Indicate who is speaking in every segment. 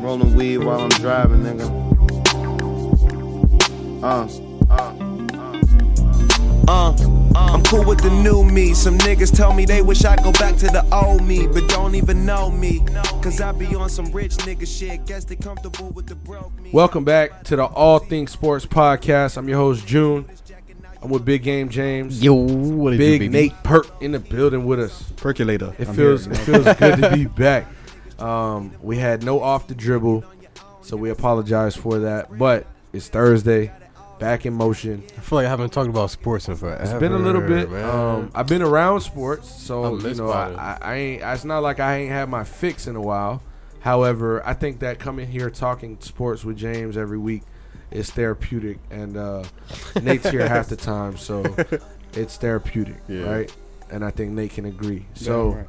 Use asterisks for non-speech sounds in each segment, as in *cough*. Speaker 1: rolling weed while I'm driving, nigga. Uh.
Speaker 2: Uh, I'm cool with the new me. Some niggas tell me they wish I'd go back to the old me, but don't even know me. Cause I be on some rich nigga shit. Guess they comfortable with the broke me.
Speaker 3: Welcome back to the All Things Sports Podcast. I'm your host, June. I'm with Big Game James.
Speaker 4: Yo, what it do,
Speaker 3: Big
Speaker 4: baby?
Speaker 3: Nate Perk in the building with us.
Speaker 4: Percolator.
Speaker 3: It
Speaker 4: I'm
Speaker 3: feels
Speaker 4: here.
Speaker 3: it feels good to
Speaker 4: *laughs*
Speaker 3: be back. Um, we had no off the dribble, so we apologize for that. But it's Thursday, back in motion.
Speaker 5: I feel like I haven't talked about sports in forever.
Speaker 3: It's been a little bit.
Speaker 5: man.
Speaker 3: Um, I've been around sports,
Speaker 5: I
Speaker 3: so
Speaker 5: miss
Speaker 3: you know I,
Speaker 5: ball.
Speaker 3: I, I ain't. It's not like I ain't had my fix in a while. However, I think that coming here talking sports with James every week is therapeutic, and
Speaker 5: *laughs*
Speaker 3: uh, Nate's here half the time, so it's therapeutic,
Speaker 5: Yeah.
Speaker 3: right? And I think Nate can agree. So.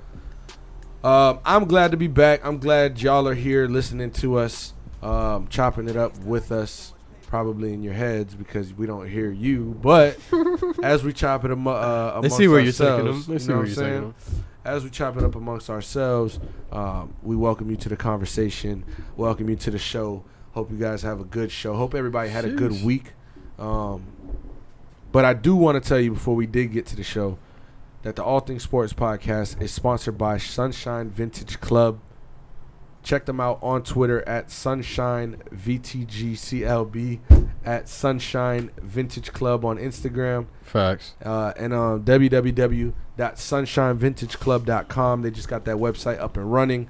Speaker 3: Um, I'm glad to be back. I'm glad y'all are here listening to us, um, chopping it up with us, probably in your heads because we don't hear you. But as we chop it am- uh, amongst
Speaker 5: They see where you're taking them.
Speaker 3: ourselves,
Speaker 5: They
Speaker 3: you
Speaker 5: see
Speaker 3: know
Speaker 5: where
Speaker 3: what I'm
Speaker 5: you're
Speaker 3: saying?
Speaker 5: taking them.
Speaker 3: as we chop it up amongst ourselves, um, we welcome you to the conversation. Welcome you to the show. Hope you guys have a good show. Hope everybody had a good week. Um, but I do want to tell you before we did get to the show that the All Things Sports podcast is sponsored by Sunshine Vintage Club. Check them out on Twitter at Sunshine VTGCLB, at Sunshine Vintage Club on Instagram
Speaker 5: Facts.
Speaker 3: uh, and um, www.sunshinevintageclub.com. They just got that website up and running.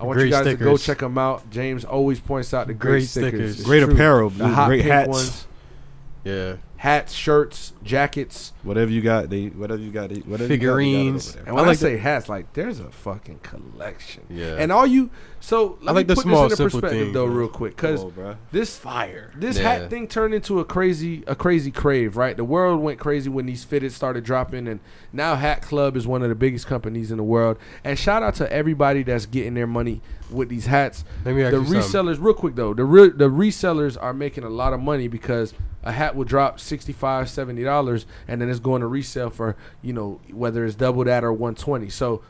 Speaker 3: I want you
Speaker 5: Great
Speaker 3: guys to go
Speaker 5: stickers.
Speaker 3: check them out. James always points out the great,
Speaker 5: Great
Speaker 3: stickers.
Speaker 5: stickers.
Speaker 3: It's
Speaker 5: Great
Speaker 3: true.
Speaker 4: apparel,
Speaker 3: the hot
Speaker 4: great
Speaker 3: pink
Speaker 4: hats.
Speaker 3: ones,
Speaker 5: Yeah.
Speaker 3: hats, shirts, jackets.
Speaker 4: Whatever you got, they whatever you got, they whatever
Speaker 5: Figurines.
Speaker 4: You got, they got it over there.
Speaker 3: And when I,
Speaker 5: I like the-
Speaker 3: say hats, like there's a fucking collection.
Speaker 5: Yeah.
Speaker 3: And all you, so let
Speaker 5: I like
Speaker 3: me
Speaker 5: the
Speaker 3: put
Speaker 5: small,
Speaker 3: this into
Speaker 5: simple
Speaker 3: perspective
Speaker 5: things,
Speaker 3: though,
Speaker 5: man.
Speaker 3: real quick, because
Speaker 4: Come on, bruh.
Speaker 3: this fire, this
Speaker 5: Yeah.
Speaker 3: hat thing turned into a crazy, a crazy crave, right? The world went crazy when these fitted started dropping, and now Hat Club is one of the biggest companies in the world. And shout out to everybody that's getting their money with these hats.
Speaker 5: Let me ask
Speaker 3: the
Speaker 5: you
Speaker 3: resellers,
Speaker 5: something.
Speaker 3: real quick though, the re- the resellers are making a lot of money because a hat will drop 65 70 dollars and then it's going to resell for you know whether it's double that or 120 so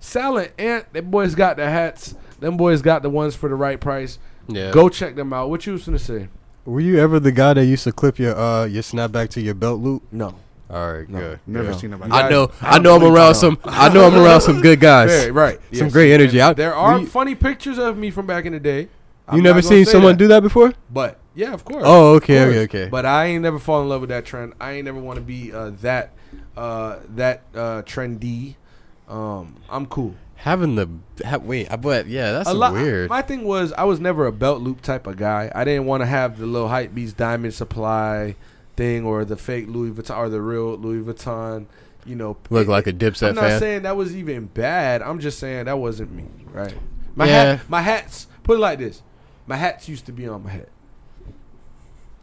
Speaker 3: Salad Ant, them boys got the hats. Them boys got the ones for the right price.
Speaker 5: Yeah.
Speaker 3: Go check them out. What you was gonna say?
Speaker 5: Were you ever the guy that used to clip your uh your snapback to your belt loop?
Speaker 3: No.
Speaker 5: All right, good.
Speaker 4: Never
Speaker 3: Yeah.
Speaker 4: seen nobody.
Speaker 5: I
Speaker 3: guys-
Speaker 5: know.
Speaker 3: I
Speaker 5: I, know. I'm
Speaker 3: don't
Speaker 5: around
Speaker 3: believe-
Speaker 5: some. I know. I'm around some *laughs* good guys.
Speaker 3: Very right.
Speaker 5: Some
Speaker 3: Yes.
Speaker 5: great energy. I,
Speaker 3: There are
Speaker 5: You,
Speaker 3: funny pictures of me from back in the day.
Speaker 5: you never seen someone do that before?
Speaker 3: But yeah, of course.
Speaker 5: Oh, okay,
Speaker 3: Of course.
Speaker 5: okay, okay.
Speaker 3: But I ain't never fall in love with that trend. I ain't never want to be uh, that uh, that uh, trendy. Um, I'm cool.
Speaker 5: Having the ha, wait, I but yeah, that's
Speaker 3: a lot.
Speaker 5: weird.
Speaker 3: My thing was I was never a belt loop type of guy. I didn't want to have the little hype beast diamond supply thing or the fake Louis Vuitton or the real Louis Vuitton. You know,
Speaker 5: Look
Speaker 3: it-
Speaker 5: like a
Speaker 3: I'm
Speaker 5: Dipset
Speaker 3: not
Speaker 5: fan.
Speaker 3: saying that was even bad. I'm just saying that wasn't me, right? My
Speaker 5: Yeah.
Speaker 3: hat, my hats. Put it like this: my hats used to be on my head.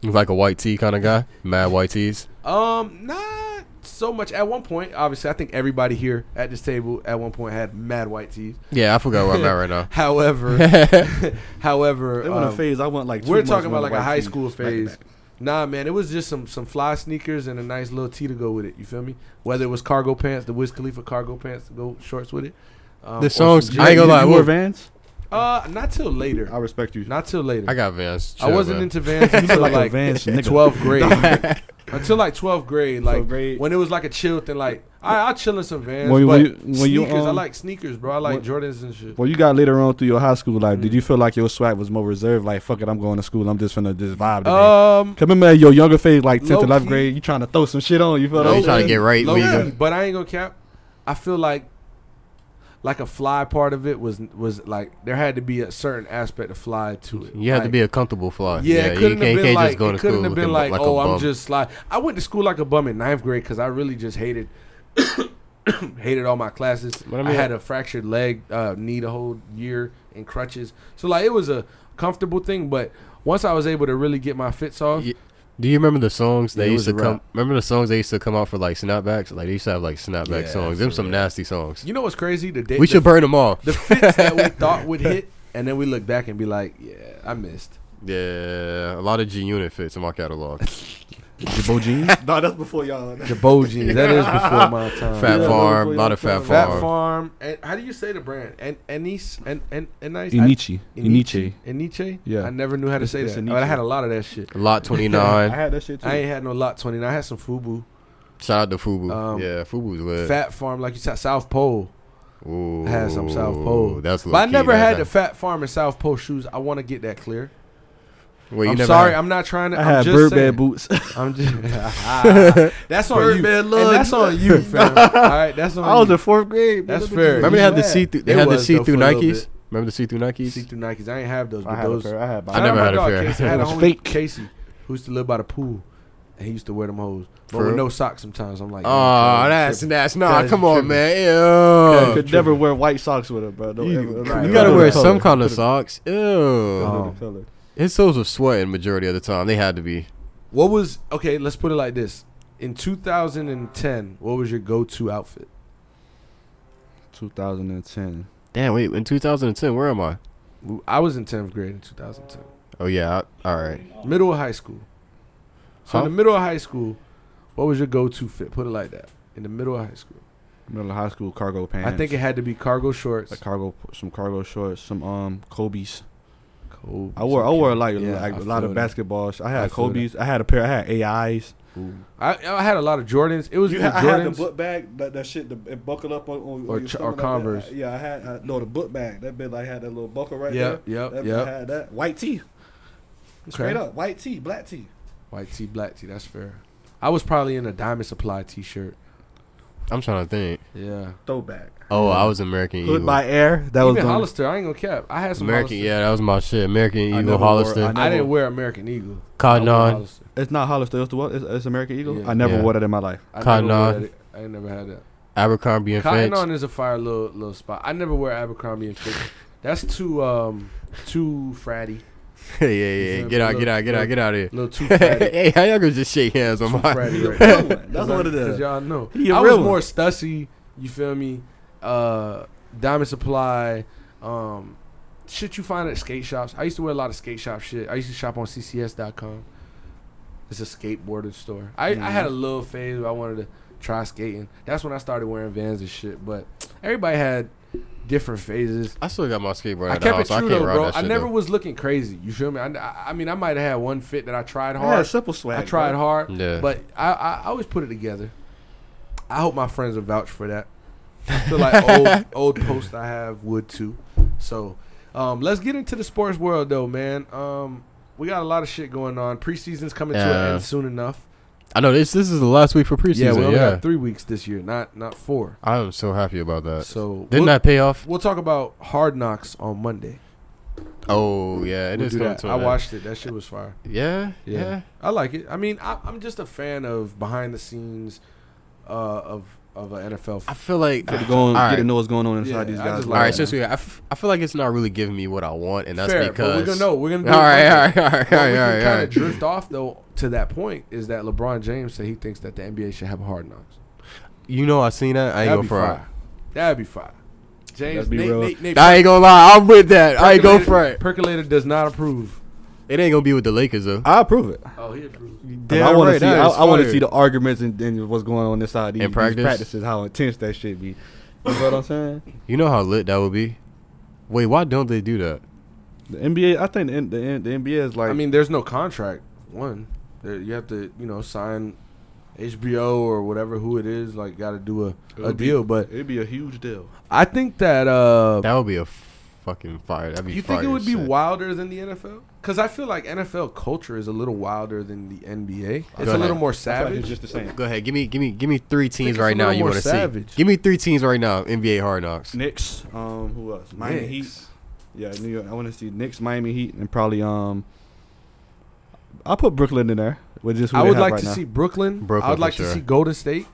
Speaker 5: You like a white tee kind of guy. Mad white tees.
Speaker 3: Um, not so much. At one point, obviously, I think everybody here at this table at one point had mad white tees.
Speaker 5: Yeah, I forgot where I'm at right now.
Speaker 4: *laughs*
Speaker 5: *laughs*
Speaker 3: However, however,
Speaker 4: They want
Speaker 3: um,
Speaker 4: a phase. I want like. two
Speaker 3: we're talking
Speaker 4: months
Speaker 3: about like
Speaker 4: when
Speaker 3: a
Speaker 4: the
Speaker 3: high
Speaker 4: white
Speaker 3: school
Speaker 4: tees back to
Speaker 3: phase.
Speaker 4: back.
Speaker 3: Nah, man, it was just some some fly sneakers and a nice little tee to go with it. You feel me? Whether it was cargo pants, the Wiz Khalifa cargo pants to go shorts with it. Um,
Speaker 5: The
Speaker 3: or some
Speaker 5: songs-
Speaker 3: jeans.
Speaker 5: I ain't gonna
Speaker 4: You
Speaker 5: lie,
Speaker 4: wore
Speaker 5: we're-
Speaker 4: Vans.
Speaker 3: Uh, not till
Speaker 4: I
Speaker 3: later.
Speaker 4: respect you.
Speaker 3: Not till later.
Speaker 5: I got Vans.
Speaker 3: I wasn't
Speaker 4: *laughs*
Speaker 3: into Vans
Speaker 4: You
Speaker 3: until
Speaker 4: look like a
Speaker 3: like,
Speaker 4: Vans nigga. *laughs*
Speaker 3: 12th grade. until like 12th grade, like
Speaker 4: 12th grade.
Speaker 3: when it was like a chill thing. Like I, I'll chill in some Vans,
Speaker 4: When you-
Speaker 3: but
Speaker 4: when you- when you,
Speaker 3: sneakers. I
Speaker 4: um,
Speaker 3: like sneakers, bro. I like
Speaker 4: when-
Speaker 3: Jordans and shit.
Speaker 4: Well, you got later on through your high school life. Did
Speaker 3: Mhm.
Speaker 4: you feel like your swag was more reserved? Like, fuck it, I'm going to school. I'm just finna just vibe today.
Speaker 3: Um,
Speaker 4: 'Cause remember at your younger phase, like 10th,
Speaker 3: Low
Speaker 4: 11th
Speaker 3: key.
Speaker 4: grade, you trying to throw some shit on. You feel
Speaker 5: No,
Speaker 4: like
Speaker 5: you trying to get right.
Speaker 3: low
Speaker 5: legal.
Speaker 3: key, but I ain't gonna cap. I feel like like a fly part of it was was like there had to be a certain aspect of fly to it.
Speaker 5: You have to
Speaker 3: Like,
Speaker 5: be a comfortable fly.
Speaker 3: Yeah, it couldn't have been like it couldn't have been
Speaker 5: looking
Speaker 3: like,
Speaker 5: a
Speaker 3: oh, I'm
Speaker 5: bum."
Speaker 3: just slide. I went to school like a bum in ninth grade because I really just hated *coughs* hated all my classes.
Speaker 5: But I
Speaker 3: I,
Speaker 5: mean-
Speaker 3: had a fractured leg, uh, knee the whole year in crutches. So like it was a comfortable thing, but once I was able to really get my fits off,
Speaker 5: Ye- Do you remember the songs
Speaker 3: Yeah,
Speaker 5: they
Speaker 3: it
Speaker 5: used to
Speaker 3: was a
Speaker 5: come?
Speaker 3: rap.
Speaker 5: Remember the songs they used to come out for like snapbacks? Like they used to have like snapback
Speaker 3: Yeah,
Speaker 5: songs. Them some nasty songs.
Speaker 3: you know what's crazy? The day
Speaker 5: we
Speaker 3: the,
Speaker 5: should burn them all.
Speaker 3: the fits
Speaker 5: *laughs*
Speaker 3: that we thought would hit, and then we look back and be like, yeah, I missed. *laughs*
Speaker 5: Yeah, a lot of G Unit fits in my catalog.
Speaker 4: Jabot jeans? no, that's before y'all.
Speaker 3: Jabot jeans. That is before my time.
Speaker 5: *laughs* Fat
Speaker 4: Yeah,
Speaker 5: Farm,
Speaker 4: yeah,
Speaker 5: a lot of
Speaker 4: yeah.
Speaker 5: Fat
Speaker 3: Fat
Speaker 5: Farm.
Speaker 3: Farm. And how do you say the brand? And Anis and and and
Speaker 4: *laughs*
Speaker 3: nice.
Speaker 4: Inichi.
Speaker 3: Inichi.
Speaker 4: Inichi.
Speaker 3: Iniche?
Speaker 4: Yeah.
Speaker 3: I never knew how to
Speaker 4: It's-
Speaker 3: say
Speaker 4: it's
Speaker 3: that.
Speaker 4: Iniche.
Speaker 3: But I had a lot of that shit. *laughs*
Speaker 5: Lot
Speaker 4: I
Speaker 5: 29.
Speaker 4: had that shit too.
Speaker 3: I ain't had no lot 29. I had some Fubu.
Speaker 5: Shout out to Fubu.
Speaker 3: Um,
Speaker 5: yeah, Fubu's lit.
Speaker 3: Fat Farm, like you said, South Pole.
Speaker 5: Ooh,
Speaker 3: had some South Pole.
Speaker 5: That's
Speaker 3: But I
Speaker 5: low-key,
Speaker 3: never
Speaker 5: that's
Speaker 3: had
Speaker 5: a-
Speaker 3: the Fat Farm and South Pole shoes. I want to get that clear.
Speaker 5: Well, you
Speaker 3: I'm
Speaker 5: never
Speaker 3: sorry.
Speaker 5: had-
Speaker 3: I'm not trying to.
Speaker 4: I
Speaker 3: I'm
Speaker 4: had
Speaker 3: just saying.
Speaker 4: Birdman boots. *laughs*
Speaker 3: I'm just. *laughs* that's on
Speaker 5: *laughs*
Speaker 3: you.
Speaker 4: Birdman
Speaker 3: And
Speaker 4: look.
Speaker 3: that's on *laughs* you, fam. All right, that's on
Speaker 4: I was
Speaker 3: you.
Speaker 4: in fourth grade.
Speaker 3: That's
Speaker 4: man.
Speaker 3: fair.
Speaker 5: Remember
Speaker 3: You
Speaker 5: they had the
Speaker 3: mad.
Speaker 5: see through. They
Speaker 3: It
Speaker 5: had the
Speaker 3: was, though,
Speaker 5: see through
Speaker 3: for a little
Speaker 5: Nikes.
Speaker 3: bit.
Speaker 5: Remember the see through
Speaker 3: See
Speaker 5: Nikes?
Speaker 3: through Nikes. I ain't have those,
Speaker 4: I
Speaker 3: but
Speaker 4: had a
Speaker 3: those.
Speaker 4: pair. I had.
Speaker 3: Shout
Speaker 5: I
Speaker 4: mine.
Speaker 3: out
Speaker 5: never
Speaker 3: my
Speaker 5: had a
Speaker 3: dog,
Speaker 5: pair.
Speaker 3: Casey. I had
Speaker 4: It
Speaker 3: a
Speaker 4: was
Speaker 3: homie,
Speaker 4: fake.
Speaker 3: Casey, who used to live by the pool, and he used to wear them hoes, but
Speaker 5: For
Speaker 3: with
Speaker 5: real?
Speaker 3: no socks. Sometimes I'm like,
Speaker 5: Oh,
Speaker 3: "Yo,
Speaker 5: that's
Speaker 3: tripping."
Speaker 5: that's nah.
Speaker 3: Cuz
Speaker 5: Come
Speaker 3: you
Speaker 5: on,
Speaker 3: tripping.
Speaker 5: man.
Speaker 4: I
Speaker 5: Ew.
Speaker 4: could never wear white socks with it, bro. Don't
Speaker 5: You-
Speaker 4: ever-
Speaker 5: you
Speaker 4: don't
Speaker 3: you
Speaker 4: ever
Speaker 5: gotta
Speaker 4: do
Speaker 5: wear
Speaker 4: the color.
Speaker 5: some kind of
Speaker 4: Don't
Speaker 5: socks.
Speaker 4: do
Speaker 5: Ew.
Speaker 4: the
Speaker 3: Oh.
Speaker 4: color.
Speaker 5: His toes were sweating majority of the time. They had to be.
Speaker 3: What was okay? Let's put it like this: in 2010, what was your go-to outfit?
Speaker 4: 2010.
Speaker 5: Damn. Wait. In 2010, where am I?
Speaker 3: I was in 10th grade in 2010,
Speaker 5: Oh yeah. I, all right.
Speaker 3: middle of high school. So
Speaker 5: Huh?
Speaker 3: in the middle of high school, what was your go-to fit? Put it like that. In the middle of high school,
Speaker 4: Middle of high school, cargo pants.
Speaker 3: I think it had to be cargo shorts.
Speaker 4: like cargo, some cargo shorts, some um Kobe's.
Speaker 3: Kobe,
Speaker 4: I wore, I wore like,
Speaker 3: Yeah,
Speaker 4: like
Speaker 3: I
Speaker 4: a lot
Speaker 3: feel
Speaker 4: of
Speaker 3: that.
Speaker 4: basketball. sh- I
Speaker 3: I
Speaker 4: had
Speaker 3: feel
Speaker 4: Kobe's. I had a pair. I had AIs.
Speaker 3: I, I had a lot of Jordans. It was
Speaker 4: You
Speaker 3: either
Speaker 4: had, I had the
Speaker 3: Jordans.
Speaker 4: book bag, that, that shit, the, it buckled up on, on
Speaker 3: Or
Speaker 4: your
Speaker 3: ch- or
Speaker 4: stomach like that.
Speaker 3: Converse.
Speaker 4: yeah, I had I, no the book bag. That bit like had that little buckle right
Speaker 3: Yep,
Speaker 4: there.
Speaker 3: yep,
Speaker 4: that bit
Speaker 3: yep.
Speaker 4: Had that white tee, straight
Speaker 3: Okay.
Speaker 4: up white tee, black tee.
Speaker 3: White tee, black tee. That's fair. I was probably in a Diamond Supply T-shirt.
Speaker 5: I'm trying to think.
Speaker 3: Yeah.
Speaker 4: Throwback.
Speaker 5: Oh, I was American
Speaker 4: Hood
Speaker 5: Eagle.
Speaker 4: by air. That was
Speaker 3: Even
Speaker 4: the-
Speaker 3: Hollister, I ain't gonna cap. I had some
Speaker 5: American.
Speaker 3: Hollister.
Speaker 5: Yeah, that was my shit. American
Speaker 4: I
Speaker 5: Eagle,
Speaker 4: never wore-
Speaker 5: Hollister,
Speaker 4: I
Speaker 3: I
Speaker 4: never-
Speaker 3: didn't wear American Eagle. I
Speaker 5: Cotton
Speaker 3: wore
Speaker 5: On.
Speaker 3: Hollister.
Speaker 4: It's not Hollister. It's the what? It's, it's American Eagle.
Speaker 3: Yeah.
Speaker 4: I never
Speaker 5: Yeah.
Speaker 4: wore that in my life.
Speaker 3: I
Speaker 5: Cotton
Speaker 3: never wore
Speaker 5: On.
Speaker 3: that. I ain't never had that.
Speaker 5: Abercrombie and
Speaker 3: Cotton
Speaker 5: Fitch.
Speaker 3: on is a fire little little spot. I never wear Abercrombie and Fitch. That's too um too fratty.
Speaker 5: *laughs* yeah, yeah, yeah.
Speaker 3: It's a
Speaker 5: Get out,
Speaker 3: little-
Speaker 5: get out, get out, get out of here.
Speaker 3: A little
Speaker 5: *laughs*
Speaker 3: too fratty.
Speaker 5: hey, how y'all gonna just shake hands on
Speaker 3: too
Speaker 5: my?
Speaker 3: fratty right
Speaker 4: That's
Speaker 3: now.
Speaker 4: what it *laughs*
Speaker 3: Cause
Speaker 4: is.
Speaker 3: y'all know.
Speaker 4: He a
Speaker 3: I was
Speaker 4: real one.
Speaker 3: more stussy. You feel me? Uh, Diamond Supply, um, shit you find at skate shops. I used to wear a lot of skate shop shit. I used to shop on CCS.com. It's a skateboarding store. I, I had a
Speaker 4: Mm-hmm.
Speaker 3: little phase where I wanted to try skating. That's when I started wearing Vans and shit. But everybody had different phases.
Speaker 5: I still got my skateboard
Speaker 3: I
Speaker 5: at the
Speaker 3: kept it
Speaker 5: house. I
Speaker 3: true
Speaker 5: can't
Speaker 3: though,
Speaker 5: ride
Speaker 3: bro.
Speaker 5: that
Speaker 3: I
Speaker 5: shit.
Speaker 3: never
Speaker 5: though.
Speaker 3: was looking crazy. You feel me? I, I, I mean, I might have had one fit that I tried
Speaker 4: I
Speaker 3: hard.
Speaker 4: had simple swag.
Speaker 3: I tried
Speaker 4: bro.
Speaker 3: hard.
Speaker 5: Yeah.
Speaker 3: But I, I I always put it together. I hope my friends will vouch for that. I feel
Speaker 5: *laughs*
Speaker 3: like old old posts I have would too. So um, let's get into the sports world though, man. Um, we got a lot of shit going on. Preseason's coming to
Speaker 5: Yeah.
Speaker 3: an end soon enough.
Speaker 5: I know this. This is the last week for preseason.
Speaker 3: yeah,
Speaker 5: Yeah,
Speaker 3: we only got three weeks this year, not not four.
Speaker 5: I am so happy about that.
Speaker 3: So
Speaker 5: Didn't
Speaker 3: we'll,
Speaker 5: that pay off?
Speaker 3: we'll talk about Hard Knocks on Monday.
Speaker 5: Oh yeah, it
Speaker 3: We'll
Speaker 5: is
Speaker 3: do
Speaker 5: coming
Speaker 3: that.
Speaker 5: to an
Speaker 3: I
Speaker 5: end.
Speaker 3: watched it. That shit was fire.
Speaker 5: Yeah,
Speaker 3: Yeah.
Speaker 5: yeah.
Speaker 3: I like it. I mean, I, I'm just a fan of behind the scenes uh, of of an NFL.
Speaker 5: I feel like
Speaker 4: Get to go on,
Speaker 5: All
Speaker 4: get to
Speaker 5: right.
Speaker 4: know what's going on inside
Speaker 3: Yeah,
Speaker 4: these
Speaker 3: I
Speaker 4: guys.
Speaker 3: just
Speaker 5: All
Speaker 3: like
Speaker 5: right,
Speaker 3: that.
Speaker 5: since we, I, f- I feel like it's not really giving me what I want, and that's
Speaker 3: Fair,
Speaker 5: because.
Speaker 3: but we're gonna know. We're gonna
Speaker 5: All
Speaker 3: do
Speaker 5: right,
Speaker 3: it
Speaker 5: all
Speaker 3: Monday.
Speaker 5: right, all right, all
Speaker 3: What we
Speaker 5: right,
Speaker 3: can
Speaker 5: all
Speaker 3: kind of
Speaker 5: right.
Speaker 3: drift off though to that point is that LeBron James said he thinks that the NBA should have a hard knocks.
Speaker 5: You know, I seen that. I
Speaker 3: That'd
Speaker 5: ain't gonna
Speaker 3: be
Speaker 5: front.
Speaker 3: fire. That'd be fire. James,
Speaker 4: That'd be
Speaker 3: Nate,
Speaker 4: real.
Speaker 3: Nate, Nate,
Speaker 5: I ain't gonna lie. I'm with that. I ain't gonna
Speaker 3: Percolator-
Speaker 5: front.
Speaker 3: Percolator does not approve.
Speaker 5: It ain't gonna be with the Lakers though.
Speaker 4: I approve it.
Speaker 3: Oh, he approves.
Speaker 4: And I want to see. I, want to see the arguments and, and what's going on inside these,
Speaker 5: In practice?
Speaker 4: these practices. How intense that shit be. You know what I'm saying?
Speaker 5: You know how lit that would be. Wait, why don't they do that?
Speaker 4: The NBA. I think the, N- the, N- the NBA is like.
Speaker 3: I mean, there's no contract. One, there, you have to, you know, sign HBO or whatever who it is. Like, got to do a, a
Speaker 4: It'll be-
Speaker 3: deal. But
Speaker 4: it'd be a huge deal.
Speaker 3: I think that uh,
Speaker 5: That would be a f- fucking fire. That'd be.
Speaker 3: You think
Speaker 5: fire
Speaker 3: it would
Speaker 5: as
Speaker 3: be
Speaker 5: shit.
Speaker 3: wilder than the NFL? Because I feel like NFL culture is a little wilder than the NBA. It's a
Speaker 5: ahead.
Speaker 3: little more
Speaker 4: I feel like it's
Speaker 3: savage.
Speaker 4: just the same.
Speaker 5: Go ahead. Give me, give me, give me three teams
Speaker 3: it's a
Speaker 5: right now.
Speaker 3: little
Speaker 5: You
Speaker 3: more
Speaker 5: want to see?
Speaker 3: savage.
Speaker 5: Give me three teams right now. NBA Hard Knocks.
Speaker 4: Knicks. Um, who else? Miami Heat.
Speaker 3: Knicks.
Speaker 4: Yeah, New York. I want to see Knicks, Miami Heat, and probably um. I put Brooklyn in there with just. Who
Speaker 3: I
Speaker 4: they
Speaker 3: would
Speaker 4: have
Speaker 3: like
Speaker 4: right
Speaker 3: to
Speaker 4: now.
Speaker 3: see Brooklyn. I
Speaker 5: Brooklyn
Speaker 3: would
Speaker 5: for
Speaker 3: like to
Speaker 5: sure.
Speaker 3: see Golden State,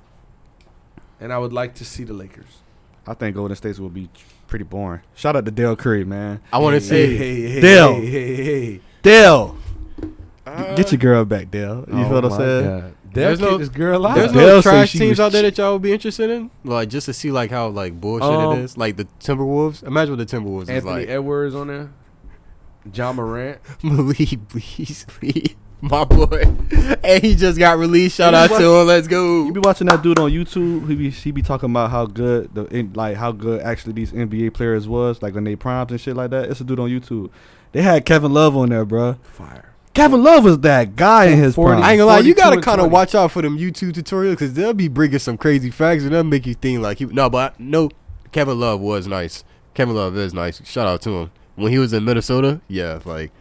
Speaker 3: and I would like to see the Lakers.
Speaker 4: I think Golden State's will be pretty boring. Shout out to Dale Curry, man.
Speaker 5: I want to see.
Speaker 3: hey,
Speaker 4: Dale.
Speaker 3: hey, hey, hey.
Speaker 4: Dale, get your girl back, Dale. You
Speaker 3: Oh
Speaker 4: feel what I'm
Speaker 3: my
Speaker 4: saying?
Speaker 3: God. Dale
Speaker 5: There's
Speaker 3: kicked
Speaker 5: no-
Speaker 3: this girl out.
Speaker 5: There's
Speaker 4: Dale
Speaker 5: no
Speaker 4: say
Speaker 5: trash
Speaker 4: she
Speaker 5: teams
Speaker 4: was-
Speaker 5: out there that y'all would be interested in, like just to see like how like bullshit
Speaker 3: Um,
Speaker 5: it is. Like the Timberwolves. Imagine what the Timberwolves *laughs*
Speaker 3: Anthony
Speaker 5: is like.
Speaker 3: Edwards on there. John Morant.
Speaker 5: Malik Beasley. *laughs* my boy. And he just got released. Shout
Speaker 4: You
Speaker 5: out
Speaker 4: know
Speaker 5: to him. Let's go.
Speaker 4: You be watching that dude on YouTube. He be he be talking about how good the in- like how good actually these NBA players was like when they primes and shit like that. It's a dude on YouTube. They had Kevin Love on there, bro.
Speaker 3: Fire.
Speaker 4: Kevin Love was that guy in his
Speaker 3: 40.
Speaker 4: prime.
Speaker 5: I ain't gonna lie, you
Speaker 3: 42
Speaker 5: gotta
Speaker 3: and
Speaker 5: kind of
Speaker 3: 20.
Speaker 5: watch out for them YouTube tutorials because they'll be bringing some crazy facts and they'll make you think like he. No, but I, no, Kevin Love was nice. Kevin Love is nice. Shout out to him when he was in Minnesota. Yeah, like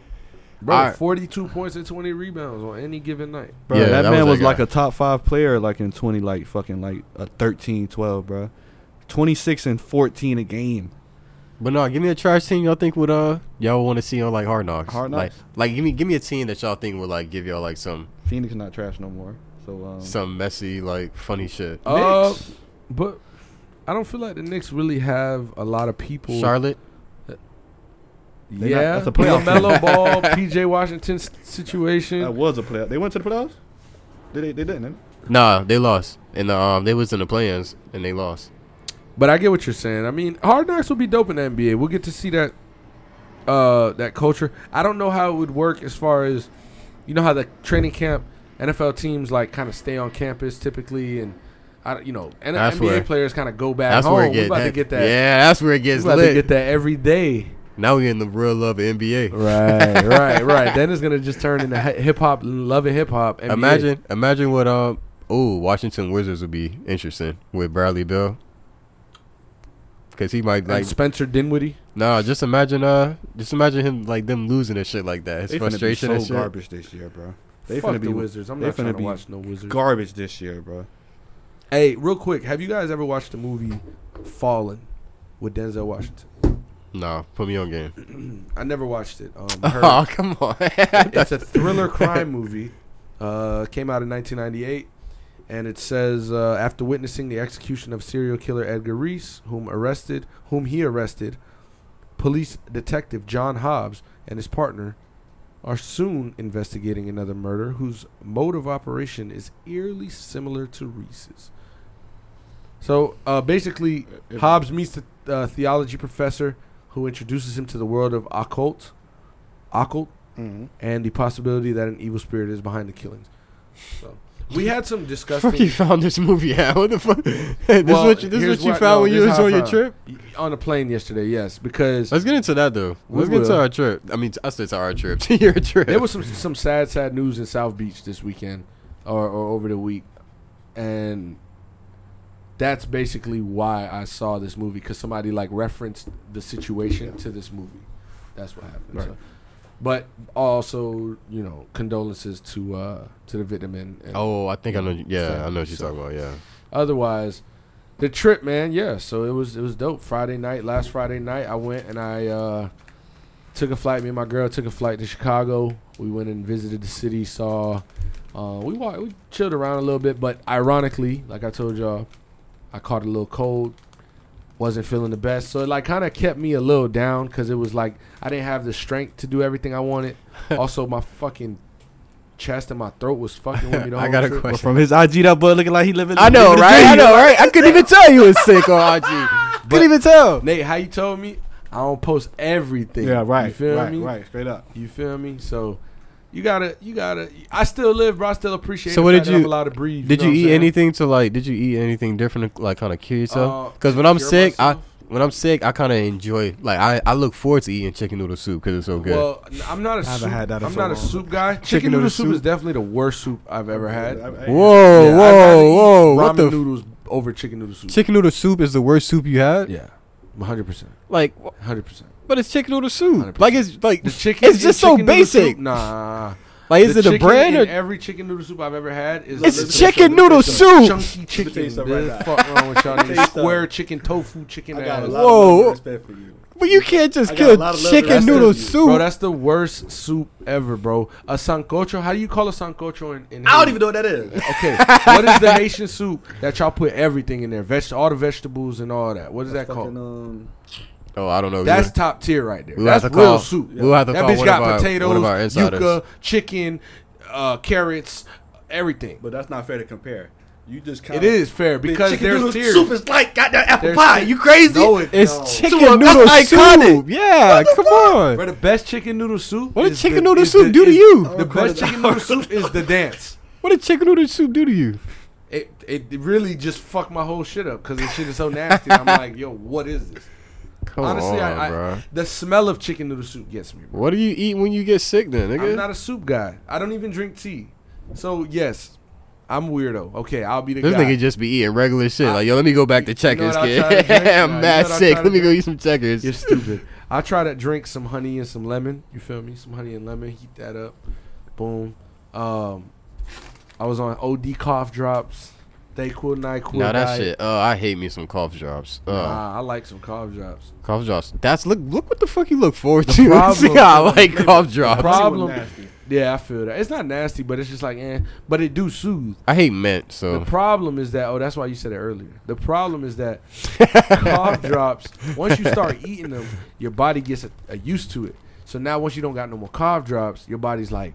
Speaker 3: Bro,
Speaker 5: Alright.
Speaker 3: 42 points and 20 rebounds on any given night.
Speaker 4: Bro,
Speaker 5: Yeah,
Speaker 4: that,
Speaker 5: that
Speaker 4: man
Speaker 5: was
Speaker 4: was,
Speaker 5: that
Speaker 4: like
Speaker 5: guy.
Speaker 4: a top five player, like in 20, like fucking like a 13, 12, bro. 26 and 14 a game.
Speaker 5: But no, give me a trash team y'all think would uh y'all want to see on like Hard Knocks.
Speaker 4: Hard
Speaker 5: Like,
Speaker 4: Knocks?
Speaker 5: like give me give me a team that y'all think would like give y'all like some
Speaker 4: Phoenix not trash no more. So, um,
Speaker 5: some messy like funny shit.
Speaker 3: Uh,
Speaker 4: Knicks.
Speaker 3: but I don't feel like the Knicks really have a lot of people.
Speaker 5: Charlotte.
Speaker 4: They
Speaker 3: yeah,
Speaker 4: not- that's a playoff
Speaker 3: Melo Ball,
Speaker 5: *laughs*
Speaker 3: PJ Washington s- situation.
Speaker 4: that was a playoff. They went to the playoffs? Did they, they didn't. didn't
Speaker 5: Nah, they lost and the, um they was in the plans and they lost.
Speaker 3: But I get what you're saying. I mean, Hard Knocks will be dope in the NBA. We'll get to see that uh that culture. I don't know how it would work as far as you know how the training camp NFL teams like kind of stay on campus typically and I don't- you know, and
Speaker 5: That's
Speaker 3: NBA
Speaker 5: where-
Speaker 3: players kind of go back
Speaker 5: That's
Speaker 3: home.
Speaker 5: where it
Speaker 3: we
Speaker 5: get,
Speaker 3: about to
Speaker 5: that-
Speaker 3: get that.
Speaker 5: Yeah, that's where it
Speaker 3: we
Speaker 5: gets
Speaker 3: about to
Speaker 5: lit.
Speaker 3: get that every day.
Speaker 5: Now we in the real love of
Speaker 3: *laughs*
Speaker 5: NBA.
Speaker 3: Right, right, right. Then it's gonna just turn into hip hop, loving hip hop. NBA.
Speaker 5: Imagine, imagine what um. Oh, Washington Wizards would be interesting with Bradley Bill, because he might
Speaker 3: And
Speaker 5: like.
Speaker 3: Spencer Dinwiddie.
Speaker 5: nah, just imagine uh, just imagine him like them losing and shit like that. His
Speaker 4: They finna be
Speaker 5: frustration
Speaker 4: so
Speaker 5: and shit.
Speaker 4: garbage this year, bro. They
Speaker 3: Fuck
Speaker 4: finna
Speaker 3: the
Speaker 4: be
Speaker 3: Wizards. I'm
Speaker 4: they
Speaker 3: not
Speaker 4: finna
Speaker 3: trying to
Speaker 4: be
Speaker 3: watch no Wizards.
Speaker 4: garbage this year, bro.
Speaker 3: Hey, real quick, have you guys ever watched the movie Fallen with Denzel Washington?
Speaker 5: Nah, put me on game.
Speaker 3: I never watched it. Um, *laughs* I
Speaker 5: *laughs*
Speaker 3: heard
Speaker 5: Oh come on. *laughs*
Speaker 3: it's a thriller crime movie. Uh, came out in 1998, and it says uh, after witnessing the execution of serial killer Edgar Reese, whom arrested, whom he arrested, police detective John Hobbs and his partner are soon investigating another murder whose mode of operation is eerily similar to Reese's. So uh, basically,
Speaker 4: If-
Speaker 3: Hobbs meets the uh, theology professor who introduces him to the world of occult, occult,
Speaker 4: Mhm.
Speaker 3: and the possibility that an evil spirit is behind the killings. So we had some
Speaker 5: *laughs* fuck you
Speaker 3: disgusting
Speaker 5: found this movie at? *laughs* What the fuck? this
Speaker 3: Well,
Speaker 5: what you, this
Speaker 3: here's
Speaker 5: what you
Speaker 3: what-
Speaker 5: found
Speaker 3: no,
Speaker 5: when you
Speaker 3: this
Speaker 5: was
Speaker 3: how I
Speaker 5: on your
Speaker 3: found.
Speaker 5: trip?
Speaker 3: on a plane yesterday. Yes, because
Speaker 5: Let's get into that though.
Speaker 3: We
Speaker 5: Let's get into
Speaker 3: will.
Speaker 5: our trip. I mean, t- us to our trip. *laughs* to your trip.
Speaker 3: there was some some sad sad news in South Beach this weekend or, or over the week, and that's basically why I saw this movie because somebody like referenced the situation to this movie. That's what happened.
Speaker 4: Right.
Speaker 3: So. But also, you know, condolences to uh, to the victim and, and
Speaker 5: oh, I think I know. Yeah, I know what you're
Speaker 3: So-
Speaker 5: talking about. Yeah.
Speaker 3: otherwise the trip man yeah so it was it was dope friday night last friday night i went and i uh took a flight me and my girl took a flight to chicago we went and visited the city saw uh we walked we chilled around a little bit but ironically like i told y'all i caught a little cold wasn't feeling the best so it like kind of kept me a little down because it was like i didn't have the strength to do everything i
Speaker 5: *laughs*
Speaker 3: wanted also my fucking chest and my throat was fucking with me the whole
Speaker 5: *laughs* I got a
Speaker 3: trip.
Speaker 5: question.
Speaker 4: From his IG, that boy looking like he living.
Speaker 5: I know,
Speaker 4: living the
Speaker 5: right?
Speaker 4: dream.
Speaker 5: I know, right? I couldn't even tell you was sick on *laughs* IG.
Speaker 3: But-
Speaker 5: couldn't even tell.
Speaker 3: Nate, how you told me, I don't post everything.
Speaker 4: Yeah, right.
Speaker 3: You feel
Speaker 4: right,
Speaker 3: me?
Speaker 4: right. Straight up.
Speaker 3: You feel me? So you gotta, you gotta. I still live, bro. I still appreciate.
Speaker 5: So
Speaker 3: the
Speaker 5: what
Speaker 3: fact
Speaker 5: did
Speaker 3: that I'm
Speaker 5: you-
Speaker 3: allowed to breathe?
Speaker 5: Did
Speaker 3: know what
Speaker 5: you
Speaker 3: I'm
Speaker 5: eat
Speaker 3: saying?
Speaker 5: anything to like? Did you eat anything different to like kind of cure yourself?
Speaker 3: Uh,
Speaker 5: Because when I'm
Speaker 3: cure
Speaker 5: sick,
Speaker 3: myself?
Speaker 5: I when I'm sick, I kind of enjoy. Like I, I look forward to eating chicken noodle soup because it's so good.
Speaker 3: Well, n- I'm not a
Speaker 4: I haven't
Speaker 3: soup.
Speaker 4: had that in
Speaker 3: I'm
Speaker 4: so
Speaker 3: not a
Speaker 4: long.
Speaker 3: soup guy. Chicken,
Speaker 5: Chicken
Speaker 3: noodle
Speaker 5: noodle
Speaker 3: soup
Speaker 5: soup?
Speaker 3: is definitely the worst soup I've ever had.
Speaker 4: I- I-
Speaker 5: whoa,
Speaker 3: Yeah, I'd rather eat
Speaker 5: whoa, whoa! What
Speaker 3: ramen
Speaker 5: the? f-
Speaker 3: noodles over chicken noodle soup?
Speaker 5: Chicken noodle soup is the worst soup you had.
Speaker 3: yeah, 100, percent
Speaker 5: Like, wh-
Speaker 3: 100. percent
Speaker 5: but it's chicken noodle soup.
Speaker 3: 100%.
Speaker 5: Like it's like
Speaker 3: The chicken.
Speaker 5: It's just
Speaker 3: in
Speaker 5: so
Speaker 3: chicken noodle soup?
Speaker 5: basic.
Speaker 3: Nah.
Speaker 5: *laughs* like is
Speaker 3: The
Speaker 5: it a
Speaker 3: chicken
Speaker 5: brand
Speaker 3: in
Speaker 5: or
Speaker 3: every chicken noodle soup I've ever had is
Speaker 5: It's
Speaker 3: a little
Speaker 5: chicken
Speaker 3: bit
Speaker 5: noodle
Speaker 3: of
Speaker 5: soup.
Speaker 3: Chunky chicken.
Speaker 4: tell you something
Speaker 3: What the
Speaker 4: right now.
Speaker 3: fuck wrong with y'all
Speaker 4: Let me tell you
Speaker 3: niggas?
Speaker 4: something.
Speaker 3: Square chicken tofu chicken
Speaker 4: I got a
Speaker 3: ass.
Speaker 4: lot
Speaker 5: Whoa.
Speaker 4: of love and respect for you.
Speaker 5: But you can't
Speaker 4: I
Speaker 5: just
Speaker 4: got a
Speaker 5: kill
Speaker 4: lot of love for
Speaker 5: chicken
Speaker 4: that
Speaker 5: noodle
Speaker 4: stuff.
Speaker 5: soup.
Speaker 3: Bro, that's the worst soup ever, bro. A sancocho. How do you call a sancocho in? in
Speaker 4: I don't
Speaker 3: Haiti?
Speaker 4: even know what that is.
Speaker 3: Okay, what is the Haitian soup that y'all put everything in there? Veg- all the vegetables and all that. What is that
Speaker 4: Fucking,
Speaker 3: called?
Speaker 4: um,
Speaker 5: oh, I don't know.
Speaker 3: That's top tier right there.
Speaker 5: We'll have
Speaker 3: That's
Speaker 5: to call-
Speaker 3: real soup.
Speaker 5: we'll have to
Speaker 3: that
Speaker 5: call
Speaker 3: bitch
Speaker 5: one
Speaker 3: got
Speaker 5: of our-
Speaker 3: potatoes,
Speaker 5: one of our insiders.
Speaker 3: yuca, chicken, uh, carrots, everything.
Speaker 4: But that's not fair to compare.
Speaker 6: You just kind
Speaker 3: It is fair because there's tiers.
Speaker 6: soup is like goddamn apple
Speaker 3: There's
Speaker 6: pie.
Speaker 3: tiers.
Speaker 6: You crazy?
Speaker 3: No, it-
Speaker 5: It's
Speaker 3: no.
Speaker 5: chicken
Speaker 6: Soup, that's
Speaker 5: noodle
Speaker 6: iconic.
Speaker 5: soup. Yeah, come
Speaker 3: Bro,
Speaker 5: on.
Speaker 3: the best chicken noodle soup.
Speaker 5: What did
Speaker 3: is
Speaker 5: chicken
Speaker 3: the-
Speaker 5: noodle
Speaker 3: is
Speaker 5: soup
Speaker 3: the-
Speaker 5: do to
Speaker 3: is-
Speaker 5: you? Oh,
Speaker 3: The best chicken
Speaker 5: *laughs*
Speaker 3: noodle soup is the dance.
Speaker 5: What did chicken noodle soup do to you?
Speaker 3: It it really just fucked my whole shit up because this shit is so nasty. I'm like, yo, what is this?
Speaker 5: Come
Speaker 3: Honestly,
Speaker 5: on,
Speaker 3: I, I
Speaker 5: bro.
Speaker 3: the smell of chicken noodle soup gets me. Bro.
Speaker 5: What do you eat when you get sick, then,
Speaker 3: I'm
Speaker 5: nigga?
Speaker 3: not a soup guy. I don't even drink tea. So yes, I'm weirdo. Okay, I'll be the
Speaker 5: this
Speaker 3: guy.
Speaker 5: nigga just be eating regular shit. like, yo, let me go back to
Speaker 3: You know
Speaker 5: checkers,
Speaker 3: what I
Speaker 5: kid.
Speaker 3: tried to
Speaker 5: *laughs*
Speaker 3: drink? Nah, you
Speaker 5: I'm
Speaker 3: know
Speaker 5: mad
Speaker 3: what I
Speaker 5: sick.
Speaker 3: tried to
Speaker 5: Let me go
Speaker 3: drink?
Speaker 5: eat some
Speaker 3: *laughs*
Speaker 5: checkers.
Speaker 3: You're stupid. I try to drink some honey and some lemon. You feel me? Some honey and lemon. Heat that up. Boom. Um, I was on OD cough drops. They cool, night cool.
Speaker 5: Nah, that shit. Uh, I hate me some cough drops. Uh,
Speaker 3: Nah, I like some cough drops.
Speaker 5: cough drops. That's look. Look what the fuck you look forward to. *laughs*
Speaker 3: problem-
Speaker 5: See how I
Speaker 3: the
Speaker 5: like cough drops.
Speaker 3: problem-
Speaker 6: Nasty.
Speaker 3: Yeah, I feel that. It's not nasty, but it's just like, eh. But it do soothe.
Speaker 5: I hate mint. So
Speaker 3: The problem is that oh, that's why you said it earlier. The problem is
Speaker 5: *laughs*
Speaker 3: that cough drops. Once you start eating them, your body gets a, a used to it. So now, once you don't got no more cough drops, your body's like,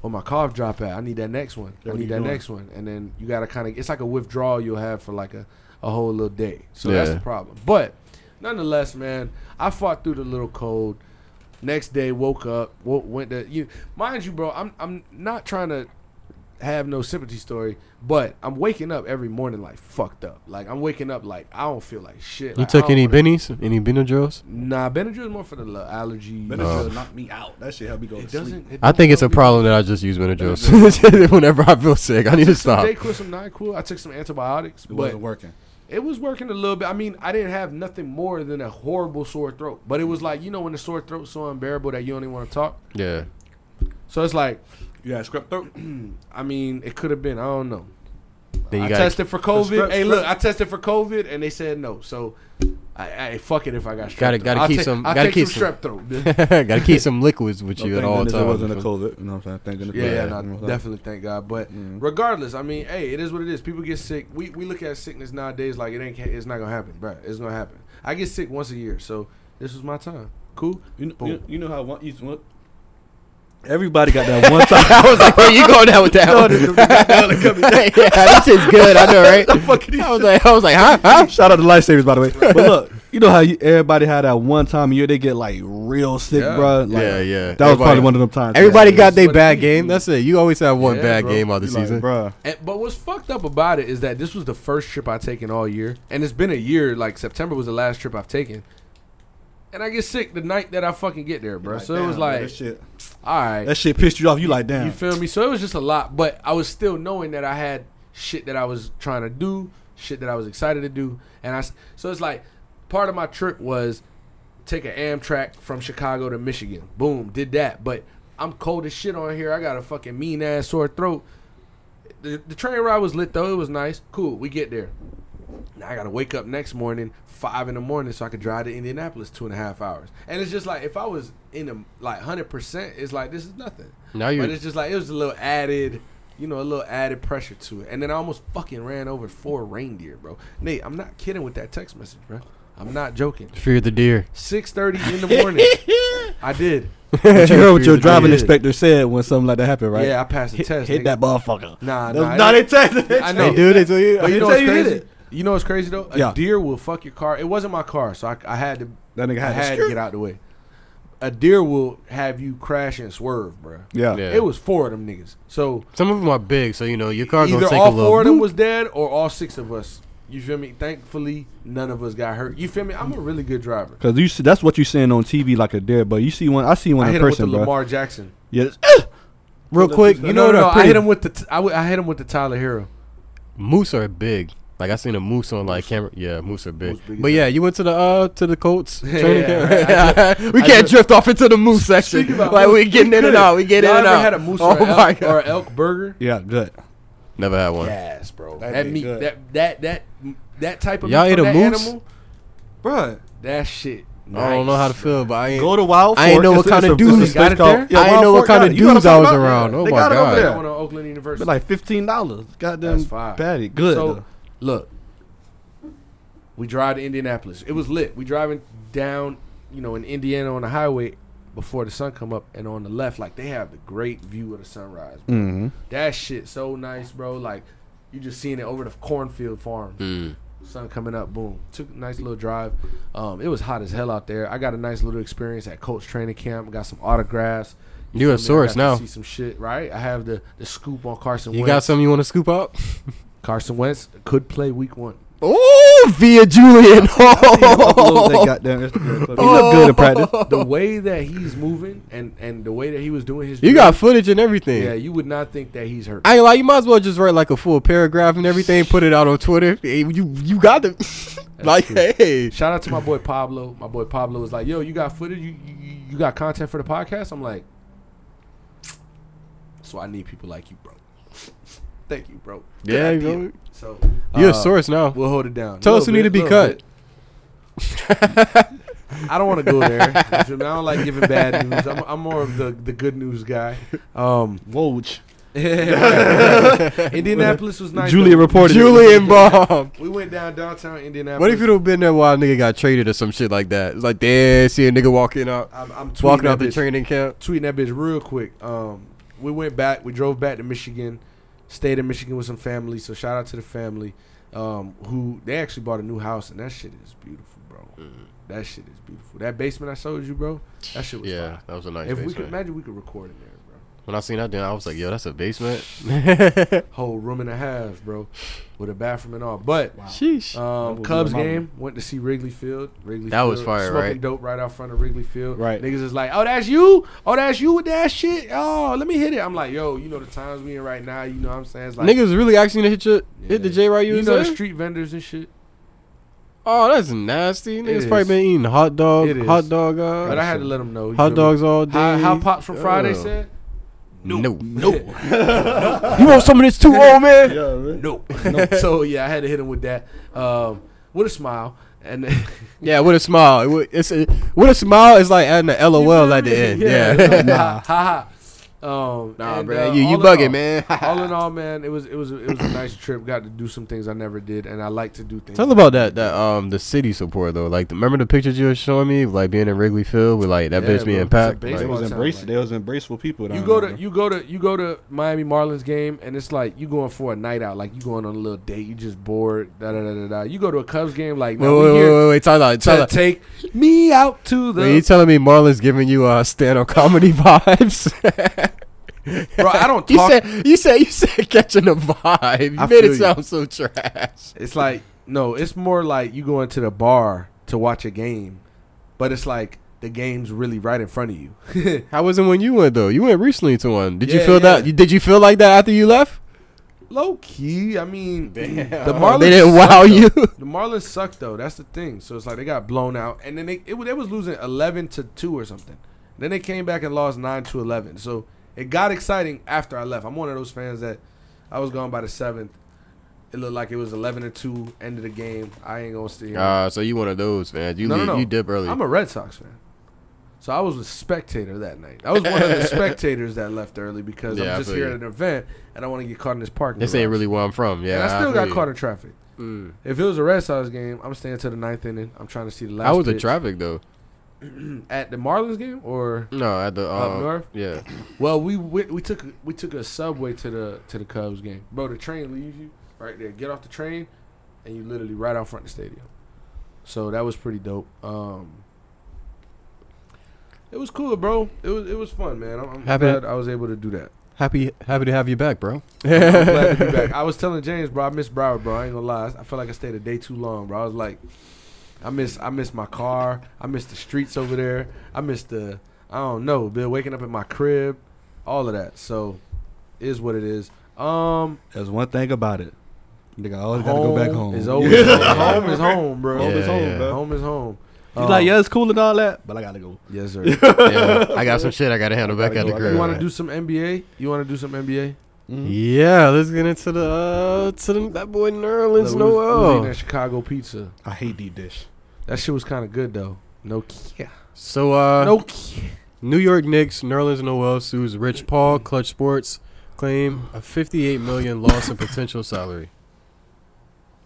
Speaker 3: "Where my cough drop at? I need that next one. I
Speaker 6: what
Speaker 3: need
Speaker 6: you
Speaker 3: that
Speaker 6: doing?
Speaker 3: next one." And then you gotta kind of. It's like a withdrawal you'll have for like a a whole little day. So that's
Speaker 5: Yeah.
Speaker 3: the problem. But nonetheless, man, I fought through the little cold. Next day, woke up, wo- went to you. Mind you, bro, I'm I'm not trying to have no sympathy story, but I'm waking up every morning like fucked up. Like I'm waking up like I don't feel like shit.
Speaker 5: you
Speaker 3: Like, I
Speaker 5: took
Speaker 3: don't
Speaker 5: any
Speaker 3: wanna-
Speaker 5: bennies? Any Benadryls?
Speaker 3: Nah, Benadryl is more for the Uh, lo- allergy.
Speaker 6: Benadryl knocked me out. That shit helped me go to
Speaker 3: It
Speaker 6: sleep.
Speaker 3: doesn't. It
Speaker 5: I think it's a problem that I just use Benadryls *laughs* whenever I feel sick. I need to stop.
Speaker 3: They quit some Nyquil. I took some antibiotics,
Speaker 6: It
Speaker 3: but
Speaker 6: wasn't working.
Speaker 3: it was working a little bit. I mean, I didn't have nothing more than a horrible sore throat, but it was like you know when the sore throat's so unbearable that you don't even want to talk.
Speaker 5: Yeah.
Speaker 3: So it's like,
Speaker 6: You had strep throat.
Speaker 3: I mean, it could have been. I don't know.
Speaker 5: Then you
Speaker 3: I
Speaker 5: gotta-
Speaker 3: tested for COVID.
Speaker 6: strep-
Speaker 3: hey,
Speaker 6: strep-
Speaker 3: look, I tested for COVID and they said no. So, I, I fuck it if I got strep.
Speaker 5: Gotta-
Speaker 3: throat.
Speaker 5: gotta
Speaker 3: I'll
Speaker 5: keep
Speaker 3: take-
Speaker 5: some-
Speaker 3: I'll
Speaker 5: gotta
Speaker 3: take
Speaker 5: keep
Speaker 3: some
Speaker 5: some-
Speaker 3: strep
Speaker 5: *laughs*
Speaker 3: throat. bitch.
Speaker 5: gotta keep some liquids with you
Speaker 4: No,
Speaker 5: at
Speaker 4: thank
Speaker 5: all
Speaker 4: goodness
Speaker 5: times.
Speaker 4: It
Speaker 5: *laughs*
Speaker 4: wasn't a COVID. You know what I'm saying? Thank goodness.
Speaker 3: yeah, yeah,
Speaker 4: You know
Speaker 3: no,
Speaker 4: what I'm saying?
Speaker 3: definitely. Thank God. But
Speaker 5: Mm-hmm.
Speaker 4: Mhm.
Speaker 3: regardless, I mean, hey, it is what it is. People get sick. We we look at sickness nowadays like it ain't. It's not gonna happen, bruh. It's gonna happen. I get sick once a year, so this was my time. Cool.
Speaker 4: You know,
Speaker 3: Boom.
Speaker 4: you, you know how one, each one, everybody got that one time.
Speaker 5: I was like, where you going down with that one? *laughs* yeah, that shit's good. I
Speaker 3: *laughs*
Speaker 5: know, right? I was like, I was like, huh? huh?
Speaker 4: Shout out to Lifesavers, *laughs* by the way. But look, you know how you, everybody had that one time a year they get like real sick,
Speaker 3: Yeah.
Speaker 4: bro. Like,
Speaker 5: Yeah, yeah.
Speaker 4: That was probably one of them times.
Speaker 5: Everybody
Speaker 4: Yeah.
Speaker 5: got their
Speaker 3: But
Speaker 5: bad
Speaker 3: it-
Speaker 5: game. That's it. You always have one
Speaker 3: Yeah,
Speaker 5: bad
Speaker 3: bro.
Speaker 5: game out of
Speaker 4: You
Speaker 5: the
Speaker 4: like,
Speaker 5: season.
Speaker 4: bruh.
Speaker 3: And, but what's fucked up about it is that this was the first trip I taken all year, and it's been a year. Like September was the last trip I've taken, and I get sick the night that I fucking get there, bro.
Speaker 4: Like,
Speaker 3: so
Speaker 4: damn,
Speaker 3: it was
Speaker 4: bro,
Speaker 3: like,
Speaker 4: that shit,
Speaker 3: all right,
Speaker 4: that shit pissed you off. You like damn. *laughs*
Speaker 3: You feel me? So it was just a lot, but I was still knowing that I had shit that I was trying to do, shit that I was excited to do, and I. s- So it's like part of my trip was take an Amtrak from Chicago to Michigan. Boom, did that. But I'm cold as shit on here. I got a fucking mean ass sore throat. The, the train ride was lit though. It was nice. Cool. We get there. Now I gotta wake up next morning, five in the morning, so I could drive to Indianapolis two and a half hours. And it's just like if I was in the like hundred percent, it's like this is nothing.
Speaker 5: Now you're-
Speaker 3: but it's just like it was a little added, you know, a little added pressure to it. And then I almost fucking ran over four reindeer, bro. Nate, I'm not kidding with that text message, bro. I'm not joking.
Speaker 5: Fear the deer.
Speaker 3: Six thirty in the
Speaker 5: *laughs*
Speaker 3: morning, I did.
Speaker 4: But you heard what your driving
Speaker 3: Yeah.
Speaker 4: inspector said when something like that happened, right?
Speaker 3: Yeah, I passed the test.
Speaker 4: Hit
Speaker 3: nigga.
Speaker 4: that motherfucker.
Speaker 3: Nah,
Speaker 4: That's
Speaker 3: nah,
Speaker 4: not
Speaker 3: it-
Speaker 4: a test.
Speaker 3: I know.
Speaker 5: They do this to you.
Speaker 3: But you
Speaker 4: Until
Speaker 3: know what's
Speaker 4: you hit
Speaker 3: crazy?
Speaker 4: it.
Speaker 3: You know what's crazy though? A
Speaker 4: Yeah.
Speaker 3: deer will fuck your car. It wasn't my car, so I, I had to.
Speaker 4: That nigga had
Speaker 3: I
Speaker 4: to
Speaker 3: had to
Speaker 4: skirt.
Speaker 3: get out the way. A deer will have you crash and swerve, bro.
Speaker 4: *laughs* Yeah.
Speaker 5: Yeah.
Speaker 3: It was four of them niggas. So
Speaker 5: Some of them are big, so you know your car gonna
Speaker 3: either
Speaker 5: take
Speaker 3: all
Speaker 5: a
Speaker 3: four of
Speaker 5: little.
Speaker 3: them was dead or all six of us. You feel me? Thankfully, none of us got hurt. You feel me? I'm a really good driver.
Speaker 4: Cause you see, that's what you seeing on TV like a deer, but you see one. I see one
Speaker 3: I
Speaker 4: in
Speaker 3: hit
Speaker 4: person,
Speaker 3: him with the
Speaker 4: bro.
Speaker 3: Lamar Jackson.
Speaker 4: Yes.
Speaker 5: Real quick, you know
Speaker 3: no,
Speaker 5: what?
Speaker 3: no,
Speaker 5: are
Speaker 3: no, I
Speaker 5: pretty-
Speaker 3: hit him with the t- I, w- I hit him with the Tyler Hero.
Speaker 5: Moose are big. Like I seen a moose on like camera. Yeah, moose are big.
Speaker 3: Moose big
Speaker 5: but
Speaker 3: as
Speaker 5: yeah, you went to the uh to the Colts
Speaker 3: *laughs* Yeah,
Speaker 5: training camp.
Speaker 3: right. I
Speaker 5: *laughs* we
Speaker 3: I
Speaker 5: can't
Speaker 3: dri-
Speaker 5: drift off into the moose section.
Speaker 3: Speaking about
Speaker 5: Like
Speaker 3: moose,
Speaker 5: we getting in and
Speaker 3: could.
Speaker 5: out. We getting
Speaker 3: Y'all
Speaker 5: in and
Speaker 3: ever
Speaker 5: out.
Speaker 3: had a moose
Speaker 5: *laughs* oh
Speaker 3: or,
Speaker 5: my
Speaker 3: elk,
Speaker 5: god.
Speaker 3: or elk burger?
Speaker 4: Yeah. Good.
Speaker 5: Never had one.
Speaker 3: Gas, bro.
Speaker 4: That'd
Speaker 3: that
Speaker 4: be
Speaker 3: meat,
Speaker 4: good.
Speaker 3: that that that that type of
Speaker 5: Y'all
Speaker 3: meat
Speaker 5: ate
Speaker 3: from
Speaker 5: a
Speaker 3: that
Speaker 5: moose?
Speaker 3: animal,
Speaker 4: Bruh.
Speaker 3: that shit.
Speaker 5: I don't know
Speaker 3: nice.
Speaker 5: how to feel, but I ain't.
Speaker 4: Go to Wild Fork.
Speaker 5: I ain't know what
Speaker 4: It's a-
Speaker 5: kind of
Speaker 4: it's a- it's a place
Speaker 5: dudes got it
Speaker 4: called-
Speaker 5: there.
Speaker 4: Yeah,
Speaker 5: I ain't
Speaker 4: Wild
Speaker 5: know what
Speaker 4: Fork
Speaker 5: kind
Speaker 4: got
Speaker 5: of
Speaker 4: it. You gotta
Speaker 5: dudes
Speaker 4: fuck
Speaker 5: I was
Speaker 4: about that.
Speaker 5: around. Oh
Speaker 4: They
Speaker 5: my
Speaker 4: got it over
Speaker 5: god.
Speaker 4: there.
Speaker 3: I went to Oakland University.
Speaker 4: But like fifteen dollars. Goddamn
Speaker 3: That's fire.
Speaker 4: patty. Good.
Speaker 3: So,
Speaker 4: though.
Speaker 3: look, we drive to Indianapolis. It was lit. We driving down, you know, in Indiana on the highway before the sun come up, and on the
Speaker 4: Mm-hmm.
Speaker 3: left, like they have the great view of the sunrise. bro. That shit so nice, bro. Like You just seeing it over the cornfield farm.
Speaker 5: Mm.
Speaker 3: Sun coming up, boom. Took a nice little drive. Um, it was hot as hell out there. I got a nice little experience at coach training camp. Got some autographs.
Speaker 5: You
Speaker 3: feel
Speaker 5: a
Speaker 3: me? I
Speaker 5: source
Speaker 3: got to
Speaker 5: now.
Speaker 3: See some shit, right? I have the, the scoop on Carson.
Speaker 5: You
Speaker 3: Wentz.
Speaker 5: got something you want to
Speaker 3: *laughs*
Speaker 5: scoop up?
Speaker 3: Carson Wentz could play week one.
Speaker 5: Oh,
Speaker 3: *laughs*
Speaker 5: via Julian. *laughs*
Speaker 4: Upload that goddamn Instagram clip. He look good in practice.
Speaker 5: Oh.
Speaker 3: The way that he's moving and and the way that he was doing his
Speaker 5: you
Speaker 3: drill,
Speaker 5: got footage and everything.
Speaker 3: yeah, you would not think that he's hurt.
Speaker 5: I ain't like you might as well just write like a full paragraph and everything, put it out on Twitter. Hey, you you got the *laughs* like
Speaker 3: true.
Speaker 5: hey.
Speaker 3: Shout out to my boy Pablo. My boy Pablo was like, "Yo, you got footage? You you, you- you got content for the podcast?" I'm like, "So I need people like you, bro. Thank you, bro. Good
Speaker 5: Yeah,
Speaker 3: idea."
Speaker 5: bro.
Speaker 3: So
Speaker 5: You're
Speaker 3: uh,
Speaker 5: a source now.
Speaker 3: We'll hold it down.
Speaker 5: Tell us
Speaker 3: Little
Speaker 5: who need to
Speaker 3: bit,
Speaker 5: be
Speaker 3: little
Speaker 5: cut.
Speaker 3: bit. I don't want to go
Speaker 5: *laughs*
Speaker 3: there. You feel me? I don't like giving bad news. I'm, I'm more of the, the good news guy. Um,
Speaker 4: *laughs*
Speaker 3: *laughs*
Speaker 4: Woj.
Speaker 3: Indianapolis was nice.
Speaker 4: Julia
Speaker 3: though.
Speaker 4: reported. it.
Speaker 5: Julian Bomb.
Speaker 3: *laughs* We went down downtown Indianapolis.
Speaker 5: What if you don't been there while a nigga got traded or some shit like that? It's like damn, see a nigga walking out,
Speaker 3: I'm, I'm tweeting
Speaker 5: walking out
Speaker 3: that
Speaker 5: the
Speaker 3: bitch.
Speaker 5: training camp.
Speaker 3: tweeting that bitch real quick. Um, we went back. We drove back to Michigan. Stayed in Michigan with some family. So shout out to the family. Um, who they actually bought a new house and that shit is beautiful, bro.
Speaker 5: Mm-hmm.
Speaker 3: That shit is beautiful. That basement I showed you, bro. That shit was
Speaker 5: Yeah, that was a
Speaker 3: fire.
Speaker 5: nice
Speaker 3: If we could
Speaker 5: basement.
Speaker 3: imagine, we could record in there, bro.
Speaker 5: when I seen that, damn, I was like, yo, that's a basement.
Speaker 3: *laughs*
Speaker 5: *laughs*
Speaker 3: Whole room and a half, bro, with a bathroom and all. But
Speaker 5: Sheesh.
Speaker 3: um,
Speaker 4: That was
Speaker 3: Cubs
Speaker 4: my mama.
Speaker 3: game went to see Wrigley Field. Wrigley
Speaker 5: That
Speaker 3: Field,
Speaker 5: was fire,
Speaker 3: smoking
Speaker 5: right?
Speaker 3: Dope right out front of Wrigley Field.
Speaker 4: Right.
Speaker 3: niggas is like, oh, that's you. Oh, that's you with that shit. Oh, let me hit it. I'm like, yo, you know the times we in right now. You know what I'm saying? It's like,
Speaker 5: Niggas really actually gonna hit your, hit the
Speaker 3: Yeah.
Speaker 5: J right
Speaker 3: you
Speaker 5: you,
Speaker 3: know the
Speaker 5: saying?
Speaker 3: street vendors and shit.
Speaker 5: Oh, that's nasty. Niggas
Speaker 3: is.
Speaker 5: probably been eating hot
Speaker 3: It
Speaker 5: dog,
Speaker 3: is.
Speaker 5: hot dog,
Speaker 3: But I
Speaker 5: uh,
Speaker 3: had to let them know. you
Speaker 5: hot
Speaker 3: feel
Speaker 5: dogs
Speaker 3: me?
Speaker 5: all day.
Speaker 3: How, how pops from Friday
Speaker 5: Oh.
Speaker 3: said?
Speaker 5: No, no.
Speaker 3: *laughs* you want some of this too, old man? *laughs*
Speaker 4: Yeah, man.
Speaker 3: No. so yeah, I had to hit him with that. Um, with a smile and *laughs*
Speaker 5: Yeah, with a smile. It wa- It's a, with a smile. It's like adding the LOL at
Speaker 3: *laughs*
Speaker 5: the end. Yeah.
Speaker 3: nah. Ha ha. Um,
Speaker 5: *laughs* nah,
Speaker 3: and,
Speaker 5: bro,
Speaker 3: uh,
Speaker 5: you
Speaker 3: all
Speaker 5: you
Speaker 3: in
Speaker 5: bugging,
Speaker 3: all-
Speaker 5: *laughs* man.
Speaker 3: all in all, man, it was it was it was a nice trip. Got to do some things I never did, and I like to do things.
Speaker 5: Tell about that that um the city support though. Like, remember the pictures you were showing me, like being in Wrigley Field with like that
Speaker 3: Yeah,
Speaker 5: bitch
Speaker 3: bro,
Speaker 5: being
Speaker 3: it's a
Speaker 5: packed.
Speaker 4: They
Speaker 3: base-
Speaker 5: Like,
Speaker 4: was
Speaker 3: Sometime,
Speaker 4: embrace.
Speaker 3: like-
Speaker 4: They was embraceful people. down
Speaker 3: you go
Speaker 4: there,
Speaker 3: to
Speaker 4: bro.
Speaker 3: you go to you go to Miami Marlins game, and it's like you going for a night out, like you going on a little date. You just bored. Da da da da. da. You go to a Cubs game, like
Speaker 5: wait,
Speaker 3: no, we
Speaker 5: wait, wait,
Speaker 3: here
Speaker 5: wait, wait, Time out.
Speaker 3: to
Speaker 5: Time out.
Speaker 3: take me out to the.
Speaker 5: Wait, you telling me Marlon's giving you uh stand-up comedy *laughs* vibes?
Speaker 3: bro, I don't
Speaker 5: *laughs* you
Speaker 3: talk.
Speaker 5: said you said you said catching a vibe. You
Speaker 3: I
Speaker 5: made
Speaker 3: feel
Speaker 5: it
Speaker 3: you.
Speaker 5: sound so trash.
Speaker 3: it's like no, it's more like you going to the bar to watch a game, but it's like the game's really right in front of you. *laughs*
Speaker 5: How was it when you went though? You went recently to one. Did you
Speaker 3: Yeah,
Speaker 5: feel that?
Speaker 3: yeah.
Speaker 5: You, did you feel like that after you left?
Speaker 3: Low key, I mean, the Marlins.
Speaker 5: Oh, They didn't
Speaker 3: suck,
Speaker 5: wow
Speaker 3: though.
Speaker 5: you?
Speaker 3: *laughs* The Marlins suck though. That's the thing. So it's like they got blown out, and then they it, was- they was losing eleven to two or something. Then they came back and lost nine to eleven. So it got exciting after I left. I'm one of those fans that I was gone by the seventh. It looked like it was eleven to two. End of the game. I ain't gonna stay. Here.
Speaker 5: Ah, so you one of those fans? You
Speaker 3: No, no,
Speaker 5: leave-
Speaker 3: no.
Speaker 5: you dip early.
Speaker 3: I'm a Red Sox fan. So I was a spectator that night. I was one of
Speaker 5: *laughs*
Speaker 3: the spectators that left early because
Speaker 5: Yeah, I
Speaker 3: I'm just
Speaker 5: feel
Speaker 3: here
Speaker 5: you.
Speaker 3: at an event and I want to get caught in this parking.
Speaker 5: this ain't
Speaker 3: garage.
Speaker 5: really where I'm from. Yeah,
Speaker 3: and I still
Speaker 5: feel
Speaker 3: got
Speaker 5: you.
Speaker 3: caught in traffic.
Speaker 5: Mm.
Speaker 3: If it was a Red Sox game, I'm staying to the ninth inning. I'm trying to see the last.
Speaker 5: I was in
Speaker 3: pitch.
Speaker 5: traffic though.
Speaker 3: at the Marlins game, or
Speaker 5: No, at the uh,
Speaker 3: Up north?
Speaker 5: Yeah,
Speaker 3: well, we went, we took we took a subway to the to the Cubs game, bro. The train leaves you right there. Get off the train, and you literally right out front of the stadium. So that was pretty dope. Um, it was cool, bro. It was it was fun, man. I'm, I'm
Speaker 5: Happy-
Speaker 3: glad I was able to do that.
Speaker 5: happy happy to have you back, bro.
Speaker 3: *laughs*
Speaker 5: *laughs*
Speaker 3: I'm glad to be back. I was telling James, bro, I miss Broward, bro. I ain't gonna lie. I felt like I stayed a day too long, bro. I was like, I miss, I miss my car. I miss the streets over there. I miss the, I don't know, been waking up in my crib, all of that. So, is what it is. Um,
Speaker 4: There's one thing about it. Nigga, I always gotta go back home.
Speaker 3: Is
Speaker 4: *laughs*
Speaker 3: always home. Home is home, bro.
Speaker 5: Home is home, bro.
Speaker 3: Home is home.
Speaker 4: He's
Speaker 3: Um,
Speaker 4: like, yeah, it's cool and all that, but I gotta go.
Speaker 3: yes, sir.
Speaker 5: yeah,
Speaker 3: *laughs*
Speaker 5: I got some shit I gotta handle back at the
Speaker 4: You
Speaker 5: crib.
Speaker 3: you want to do some NBA? You want to do some NBA?
Speaker 4: Mm-hmm.
Speaker 5: Yeah, let's get into the uh, to the, that boy
Speaker 3: Look, we was- we was
Speaker 5: Nerlens
Speaker 3: eating
Speaker 5: Noel.
Speaker 3: that Chicago pizza.
Speaker 4: I hate deep dish.
Speaker 3: That shit was kind of good though. No, kia.
Speaker 5: So uh,
Speaker 3: no. Kia.
Speaker 5: New York Knicks Nerlens Noel sues Rich Paul. Clutch Sports claim a 58 million loss in potential salary.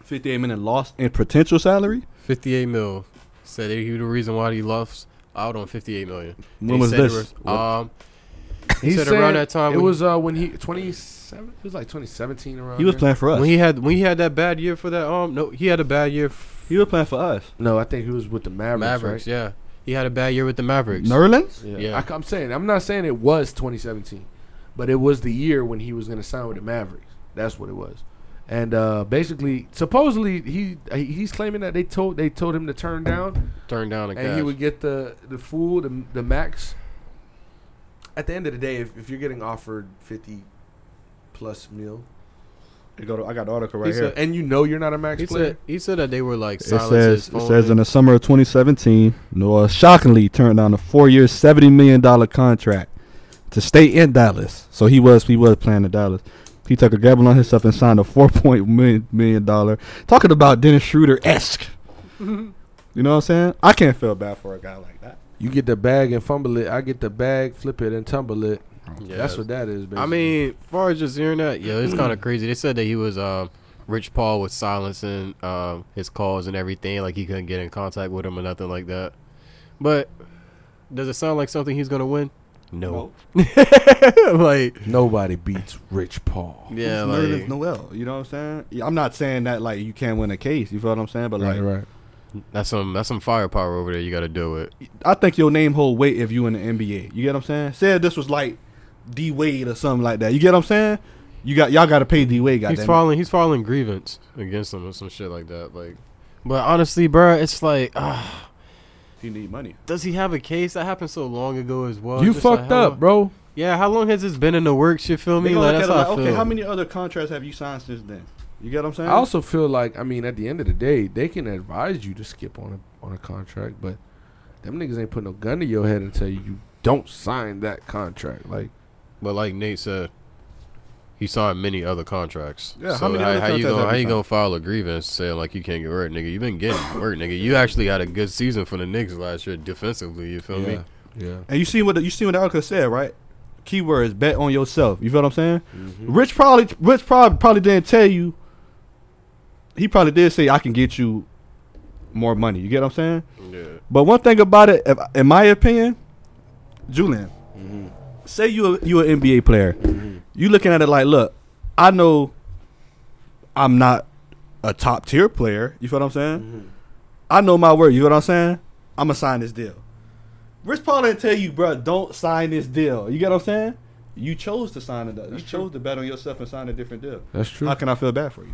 Speaker 4: 58 minute loss in potential salary.
Speaker 5: 58 mil. Said he was the reason why he lost out on 58 million.
Speaker 4: When
Speaker 5: They
Speaker 4: was
Speaker 5: said it
Speaker 4: this?
Speaker 5: was- um,
Speaker 3: He
Speaker 5: said around that time
Speaker 3: It
Speaker 5: when-
Speaker 3: was uh, when he twenty seven. It was like twenty seventeen around.
Speaker 4: uh, He was
Speaker 3: there.
Speaker 4: playing for us.
Speaker 5: When he had when he had that bad year for that um no he had a bad year f-
Speaker 4: he was playing for us.
Speaker 3: No, I think he was with the Mavericks.
Speaker 5: Mavericks,
Speaker 3: right?
Speaker 5: yeah he had a bad year with the Mavericks
Speaker 4: Nerlens?
Speaker 5: Yeah.
Speaker 3: I, am saying I'm not saying it was 2017, but it was the year when he was going to sign with the Mavericks. That's what it was. And uh, basically, supposedly he he's claiming that they told they told him to turn down,
Speaker 5: turned down a
Speaker 3: and
Speaker 5: cash.
Speaker 3: he would get the the full the, the max. At the end of the day, if, if you're getting offered 50 plus mil,
Speaker 4: I got, I got the article right
Speaker 5: He
Speaker 4: here.
Speaker 5: said-
Speaker 3: and you know you're not a max
Speaker 5: he
Speaker 3: player,
Speaker 5: said he said that they were like
Speaker 4: It
Speaker 5: silence
Speaker 4: says,
Speaker 5: his
Speaker 4: it
Speaker 5: phone
Speaker 4: says in the summer of 2017, Noah shockingly turned down a four-year, $70 million contract to stay in Dallas. So he was he was playing in Dallas. He took a gamble on himself and signed a $4.1 million million dollar. Talking about Dennis Schroeder-esque. you know what I'm saying? I can't feel bad for a guy like that.
Speaker 3: you get the bag and fumble it. I get the bag, flip it and tumble it.
Speaker 5: yeah.
Speaker 3: That's what that is. Basically.
Speaker 5: I mean far as just hearing that yeah it's kind of crazy they said that he was um Rich Paul was silencing um his calls and everything like he couldn't get in contact with him or nothing like that but does it sound like something he's gonna win no *laughs* like
Speaker 3: nobody beats Rich Paul.
Speaker 5: yeah
Speaker 4: Nerlens
Speaker 5: like,
Speaker 4: Noel. You know what I'm saying? Yeah, I'm not saying that like you can't win a case. You feel what I'm saying? But like,
Speaker 3: right.
Speaker 5: that's some that's some firepower over there you got to deal with
Speaker 4: I think your name hold weight if you in the NBA. You get what I'm saying? Say this was like D Wade or something like that. You get what I'm saying? You got y'all got to pay D Wade.
Speaker 5: he's
Speaker 4: Goddamn. it.
Speaker 5: filing he's filing grievance against him or some shit like that. Like, but honestly, bro, it's like, ah,
Speaker 4: he need money.
Speaker 5: does he have a case? That happened so long ago as well.
Speaker 3: you
Speaker 5: Oh, Just like,
Speaker 3: fucked
Speaker 5: how
Speaker 3: up,
Speaker 5: long-
Speaker 3: bro.
Speaker 5: Yeah, how long has this been in the works? You feel
Speaker 4: They
Speaker 5: me?
Speaker 4: gonna look
Speaker 5: Like, that's
Speaker 4: at it
Speaker 5: how I
Speaker 4: like, okay,
Speaker 5: feel.
Speaker 4: how many other contracts have you signed since then? You get what I'm saying?
Speaker 3: I also feel like I mean, at the end of the day, they can advise you to skip on a on a contract, but them niggas ain't put no gun to your head and tell you you don't sign that contract. Like
Speaker 5: But like Nate said, he signed many other contracts.
Speaker 4: Yeah, how
Speaker 5: so
Speaker 4: many
Speaker 5: how,
Speaker 4: other
Speaker 5: how you
Speaker 4: contracts
Speaker 5: gonna
Speaker 4: have
Speaker 5: how
Speaker 4: you
Speaker 5: you gonna file a grievance saying like you can't get hurt, nigga? You've been getting hurt, nigga. You actually had a good season for the Knicks last year defensively. You feel me?
Speaker 3: yeah.
Speaker 4: and you see what the, you see what the article said, right? Keyword is bet on yourself. You feel what I'm saying?
Speaker 5: Mm-hmm.
Speaker 4: Rich probably Rich probably probably didn't tell you. He probably did say I can get you more money. You get what I'm saying?
Speaker 5: Yeah.
Speaker 4: But one thing about it, if, in my opinion, Julian, Mm-hmm. say you a, you an NBA player, you looking at it like, look, I know I'm not a top tier player. You feel what I'm saying? I know my worth. You feel what I'm saying? I'm gonna sign this deal. Rich Paul didn't tell you, bro, don't sign this deal. You get what I'm saying? You chose to sign it. You chose to bet on yourself and sign a different deal.
Speaker 3: That's true.
Speaker 4: How can I feel bad for you?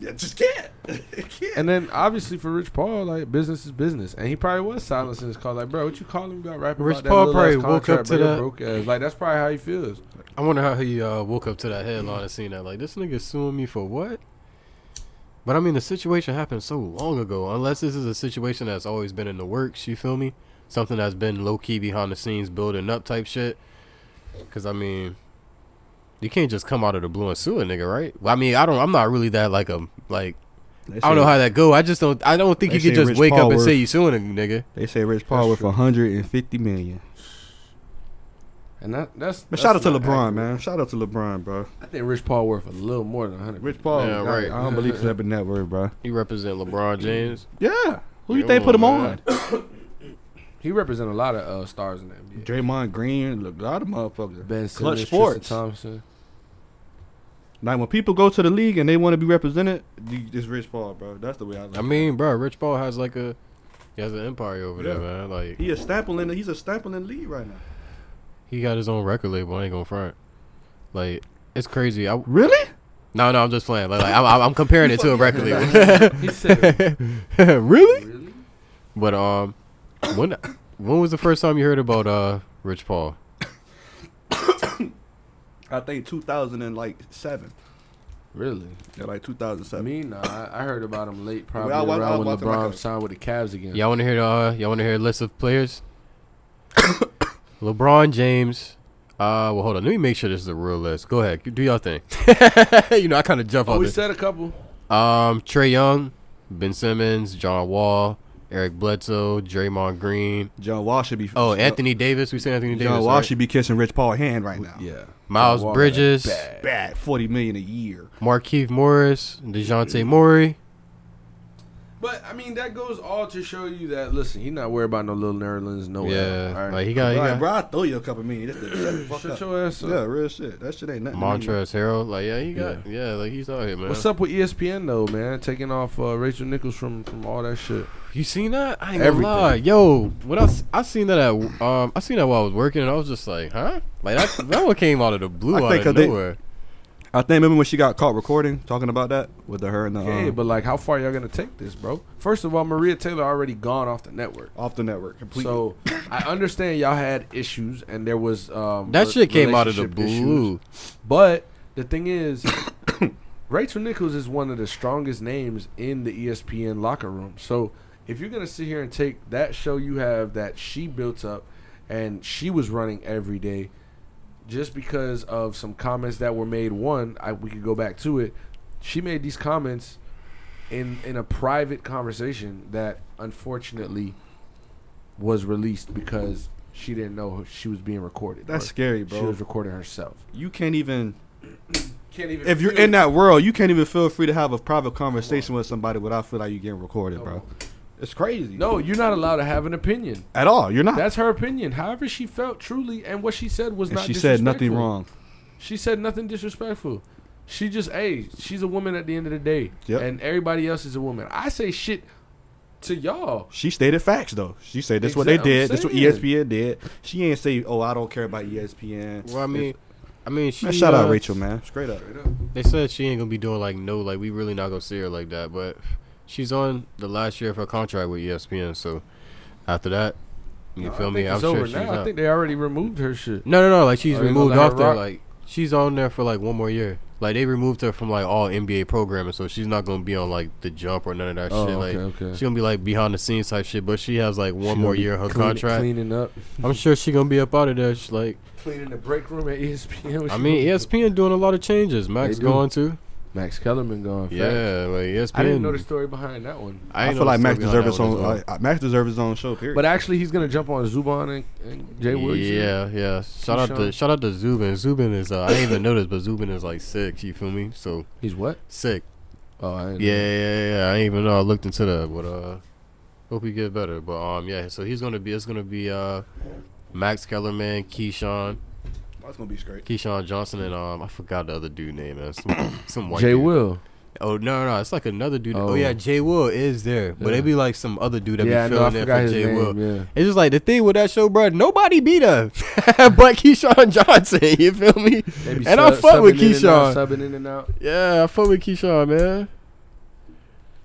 Speaker 4: Yeah, just can't. *laughs* can't.
Speaker 3: And then obviously for Rich Paul, like business is business, and he probably was silencing his call. Like, bro, what you calling me about rapping?
Speaker 5: Rich
Speaker 3: about that
Speaker 5: Paul
Speaker 3: little ass
Speaker 5: probably woke up
Speaker 3: contract,
Speaker 5: to
Speaker 3: bro? You're
Speaker 5: that.
Speaker 3: Broke ass. Like that's probably how he feels.
Speaker 5: I wonder how he uh, woke up to that headline and seen that. Like, this nigga suing me for what? But I mean, the situation happened so long ago. Unless this is a situation that's always been in the works, you feel me? Something that's been low key behind the scenes, building up type shit. Because I mean, you can't just come out of the blue and sue a nigga, right? Well, I mean, I don't. I'm not really that like a like. I don't know how that go. I just don't. I don't think
Speaker 4: They
Speaker 5: you could
Speaker 4: say
Speaker 5: just
Speaker 4: Rich
Speaker 5: wake
Speaker 4: Paul
Speaker 5: up and
Speaker 4: worth-
Speaker 5: say you suing a nigga.
Speaker 4: They say Rich Paul worth 150 million.
Speaker 3: And that that's.
Speaker 4: But
Speaker 3: that's
Speaker 4: shout out to
Speaker 3: not
Speaker 4: LeBron,
Speaker 3: accurate.
Speaker 4: man. Shout out to LeBron, bro.
Speaker 3: I think Rich Paul worth a little more than 100.
Speaker 4: Rich Paul.
Speaker 5: Yeah,
Speaker 4: I-
Speaker 5: right.
Speaker 4: I, don't
Speaker 5: *laughs*
Speaker 4: believe celebrity network, bro.
Speaker 5: You represent LeBron James.
Speaker 4: Yeah. Who you
Speaker 5: Come
Speaker 4: think put him
Speaker 5: on, man.
Speaker 4: on?
Speaker 3: He represent a lot of uh, stars in the NBA.
Speaker 4: Draymond Green, look, a lot of motherfuckers.
Speaker 3: Ben
Speaker 4: Clutch
Speaker 3: Simmons,
Speaker 4: Sports.
Speaker 3: Tristan Thompson.
Speaker 4: Like when people go to the league and they want to be represented, you- it's Rich Paul, bro. That's the way I look.
Speaker 5: I mean, bro, Rich Paul has like a he has an empire over
Speaker 4: Yeah.
Speaker 5: there, man. Like
Speaker 4: he a staple in. the- He's a staple in the league right now.
Speaker 5: He got his own record label. I ain't gonna front. Like it's crazy. I,
Speaker 4: Really?
Speaker 5: no, no, I'm just playing. Like, like, I'm, I'm- I'm comparing it to a record *laughs*
Speaker 3: He said,
Speaker 5: label. really?
Speaker 3: really?
Speaker 5: But um, when when was the first time you heard about uh Rich Paul?
Speaker 4: I think 2007.
Speaker 3: Really?
Speaker 4: Yeah, like 2007.
Speaker 3: Me? Nah, I, I heard about him late, probably
Speaker 4: I wa- I
Speaker 3: around when
Speaker 4: watched him, I
Speaker 3: LeBron
Speaker 4: could've-
Speaker 3: signed with the Cavs again.
Speaker 5: Y'all want to hear the uh, y'all want to hear a list of players? *coughs* LeBron James. Uh, well, hold on. Let me make sure this is a real list. Go ahead, do y'all thing. *laughs* you know, I kind of jump
Speaker 3: Oh,
Speaker 5: off
Speaker 3: we
Speaker 5: this.
Speaker 3: said a couple.
Speaker 5: Um, Trey Young, Ben Simmons, John Wall, Eric Bledsoe, Draymond Green.
Speaker 4: John Wall should be.
Speaker 5: Oh, Anthony Davis. We said Anthony
Speaker 4: John
Speaker 5: Davis.
Speaker 4: Wall
Speaker 5: right?
Speaker 4: should be kissing Rich Paul hand right now.
Speaker 3: Yeah.
Speaker 5: Miles
Speaker 3: John Wall
Speaker 5: Bridges,
Speaker 4: Bad. 40 million a year.
Speaker 5: Markeith Morris, DeJounte Murray.
Speaker 3: But I mean, that goes all to show you that listen, he's not worried about no little Nerlens, no
Speaker 5: Oh, yeah,
Speaker 3: Al, all right?
Speaker 5: like he got, he
Speaker 4: Oh, All
Speaker 5: got
Speaker 4: right, bro, I throw you a cup of me. That's the
Speaker 5: *clears throat*
Speaker 4: shut the fuck
Speaker 3: Shut
Speaker 4: up.
Speaker 3: your ass up.
Speaker 4: yeah, real shit. That shit ain't nothing.
Speaker 5: Montrezl Harrell. Like yeah, he got yeah. like he's out here, man.
Speaker 3: What's up with E ESPN though, man? Taking off uh, Rachel Nichols from from all that shit.
Speaker 5: You seen that? I ain't gonna
Speaker 3: Everything.
Speaker 5: lie. Yo, when I, s- I seen that at um I seen that while I was working and I was just like, huh? Like that that one came out of the blue
Speaker 4: I
Speaker 5: out
Speaker 4: think
Speaker 5: of
Speaker 4: 'cause they-
Speaker 5: nowhere.
Speaker 4: I think remember when she got caught recording talking about that with the her and the
Speaker 3: Okay,
Speaker 4: um,
Speaker 3: but like, how far y'all gonna take this, bro? First of all, Maria Taylor already gone off the network.
Speaker 4: off the network completely. *laughs*
Speaker 3: So I understand y'all had issues and there was um,
Speaker 5: That
Speaker 3: re-
Speaker 5: shit came out of the
Speaker 3: relationship issues.
Speaker 5: blue.
Speaker 3: But the thing is, *coughs* Rachel Nichols is one of the strongest names in the E ESPN locker room. So if you're gonna sit here and take that show you have that she built up and she was running every day, just because of some comments that were made, one I, we could go back to it. She made these comments in in a private conversation that unfortunately was released because she didn't know she was being recorded.
Speaker 4: that's
Speaker 3: or
Speaker 4: scary, bro.
Speaker 3: She was recording herself.
Speaker 4: you can't even
Speaker 3: Can't even
Speaker 4: if you're in that world, you can't even feel free to have a private conversation with somebody without feel like you getting recorded, bro. It's crazy.
Speaker 3: No, you're not allowed to have an opinion.
Speaker 4: at all. You're not.
Speaker 3: That's her opinion. However, she felt truly, and what she said was
Speaker 4: and
Speaker 3: not.
Speaker 4: she said nothing
Speaker 3: disrespectful.
Speaker 4: wrong.
Speaker 3: She said nothing disrespectful. She just, hey, she's a woman at the end of the day,
Speaker 4: Yep.
Speaker 3: and everybody else is a woman. I say shit to y'all.
Speaker 4: She stated facts though. She said this what they
Speaker 3: Exact- I'm
Speaker 4: did. This what E
Speaker 3: saying.
Speaker 4: ESPN did. She ain't say, "Oh, I don't care about ESPN."
Speaker 5: Well, I mean, I mean, she,
Speaker 4: man, shout out
Speaker 5: uh,
Speaker 4: Rachel, man. Straight up.
Speaker 5: They said she ain't gonna be doing like no, like we really not gonna see her like that. But she's on the last year of her contract with E ESPN, so after that, you
Speaker 3: I
Speaker 5: feel
Speaker 3: think
Speaker 5: me? I'm
Speaker 3: it's
Speaker 5: sure
Speaker 3: over
Speaker 5: she's
Speaker 3: now. I
Speaker 5: out.
Speaker 3: think they already removed her shit.
Speaker 5: No, no, no. Like she's
Speaker 3: Oh, they gonna
Speaker 5: removed
Speaker 3: let her
Speaker 5: off there.
Speaker 3: rock?
Speaker 5: Like she's on there for like one more year. Like they removed her from like all NBA programming, so she's not gonna be on like the jump or none of that
Speaker 3: Oh,
Speaker 5: shit. Like
Speaker 3: okay, okay.
Speaker 5: she's gonna be like behind the scenes type shit. But she has like one
Speaker 3: She
Speaker 5: more
Speaker 3: gonna be
Speaker 5: year of her
Speaker 3: clean-
Speaker 5: contract.
Speaker 3: Cleaning up,
Speaker 5: I'm sure she gonna be up out of there. She's like,
Speaker 3: cleaning the break room at E ESPN. What
Speaker 5: I
Speaker 3: she
Speaker 5: mean, E
Speaker 3: gonna
Speaker 5: ESPN doing a lot of changes. Max
Speaker 3: do.
Speaker 5: going to,
Speaker 3: do? Max Kellerman gone.
Speaker 5: yeah,
Speaker 3: Yeah,
Speaker 5: like E ESPN.
Speaker 3: I didn't know the story behind that one.
Speaker 4: I,
Speaker 5: ain't
Speaker 4: feel
Speaker 5: know
Speaker 4: like
Speaker 5: the
Speaker 4: Max
Speaker 5: story behind
Speaker 4: deserves his
Speaker 5: that one
Speaker 4: own.
Speaker 5: as well.
Speaker 4: like, Max deserves his own show. Period.
Speaker 3: But actually, he's gonna jump on Zuban and, and Jay Williams.
Speaker 5: Yeah, yeah. Shout out to
Speaker 3: Keyshawn.
Speaker 5: shout out to Zubin. Zubin is uh, I didn't even notice, but Zubin is like sick. You feel me? So
Speaker 3: he's what?
Speaker 5: sick.
Speaker 3: Oh, I didn't know.
Speaker 5: Yeah, yeah, yeah. I ain't even know. I looked into that, but uh, hope he get better. But um, yeah. So he's gonna be. It's gonna be uh, Max Kellerman, Keyshawn,
Speaker 6: That's gonna be straight.
Speaker 5: Keyshawn Johnson, and um, I forgot the other dude name. Man. Some, *coughs* some white.
Speaker 3: Jay
Speaker 5: dude.
Speaker 3: Will.
Speaker 5: Oh no, no, it's like another dude. Oh,
Speaker 3: Oh.
Speaker 5: yeah, Jay Will is there, but
Speaker 3: Yeah.
Speaker 5: it be like some other dude that
Speaker 3: Yeah, I
Speaker 5: be
Speaker 3: know. I
Speaker 5: filling in
Speaker 3: forgot
Speaker 5: for
Speaker 3: his
Speaker 5: Jay
Speaker 3: name.
Speaker 5: Will.
Speaker 3: Yeah.
Speaker 5: It's just like the thing with that show, bro. Nobody beat her, *laughs* but Keyshawn Johnson. *laughs* You feel me?
Speaker 3: They be
Speaker 5: And I fuck with
Speaker 3: subbing in and out,
Speaker 5: Keyshawn.
Speaker 3: Subbing in and out.
Speaker 5: Yeah, I fuck with Keyshawn, man.
Speaker 4: *laughs*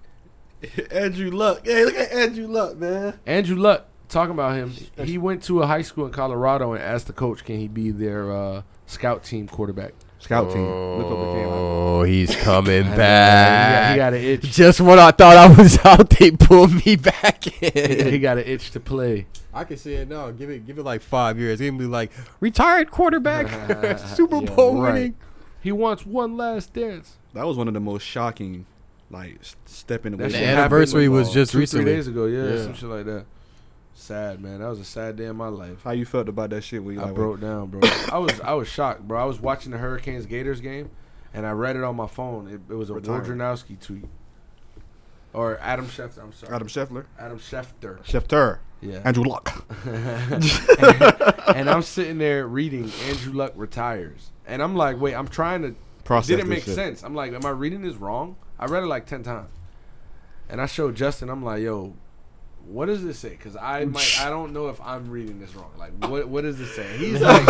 Speaker 4: Andrew Luck. Hey, look at Andrew Luck, man.
Speaker 3: Andrew Luck, talking about him, he went to a high school in Colorado and asked the coach, can he be their uh, scout team quarterback?
Speaker 4: Scout team. Look up the camera.
Speaker 5: Oh, he's coming
Speaker 3: I know,
Speaker 5: back.
Speaker 3: man. He got, he got an itch.
Speaker 5: *laughs* Just when I thought I was *laughs* out, they pulled me back
Speaker 3: he
Speaker 5: in.
Speaker 3: got an itch to play.
Speaker 5: I can see it now. Give it, give it like five years. Give me like retired quarterback, Super
Speaker 3: *laughs* Yeah,
Speaker 5: Bowl
Speaker 3: right.
Speaker 5: winning.
Speaker 3: He wants one last dance.
Speaker 4: That was one of the most shocking, like s- stepping away.
Speaker 5: The
Speaker 3: shit
Speaker 4: from-
Speaker 3: happened,
Speaker 5: anniversary was
Speaker 3: uh,
Speaker 5: just
Speaker 3: two,
Speaker 5: recently.
Speaker 3: Three days ago, yeah,
Speaker 5: Yeah.
Speaker 3: some shit like that. Sad, man. That was a sad day in my life.
Speaker 4: How you felt about that shit when you
Speaker 3: I
Speaker 4: like,
Speaker 3: broke down, bro. I was I was shocked, bro. I was watching the Hurricanes Gators game, and I read it on my phone. It, it was a
Speaker 4: Retired.
Speaker 3: Wojnarowski tweet, or Adam Schefter. I'm sorry,
Speaker 4: Adam Scheffler?
Speaker 3: Adam Schefter.
Speaker 4: Schefter.
Speaker 3: Yeah,
Speaker 4: Andrew Luck.
Speaker 3: and I'm sitting there reading Andrew Luck retires, and I'm like, wait, I'm trying to.
Speaker 4: Process
Speaker 3: didn't
Speaker 4: this
Speaker 3: make
Speaker 4: shit.
Speaker 3: sense. I'm like, am I reading this wrong? I read it like ten times, and I showed Justin. I'm like, yo, what does this say? Because
Speaker 4: *laughs*
Speaker 3: I might, I don't know if I'm reading this wrong. Like, what what does this say?
Speaker 4: *laughs*
Speaker 3: He's like,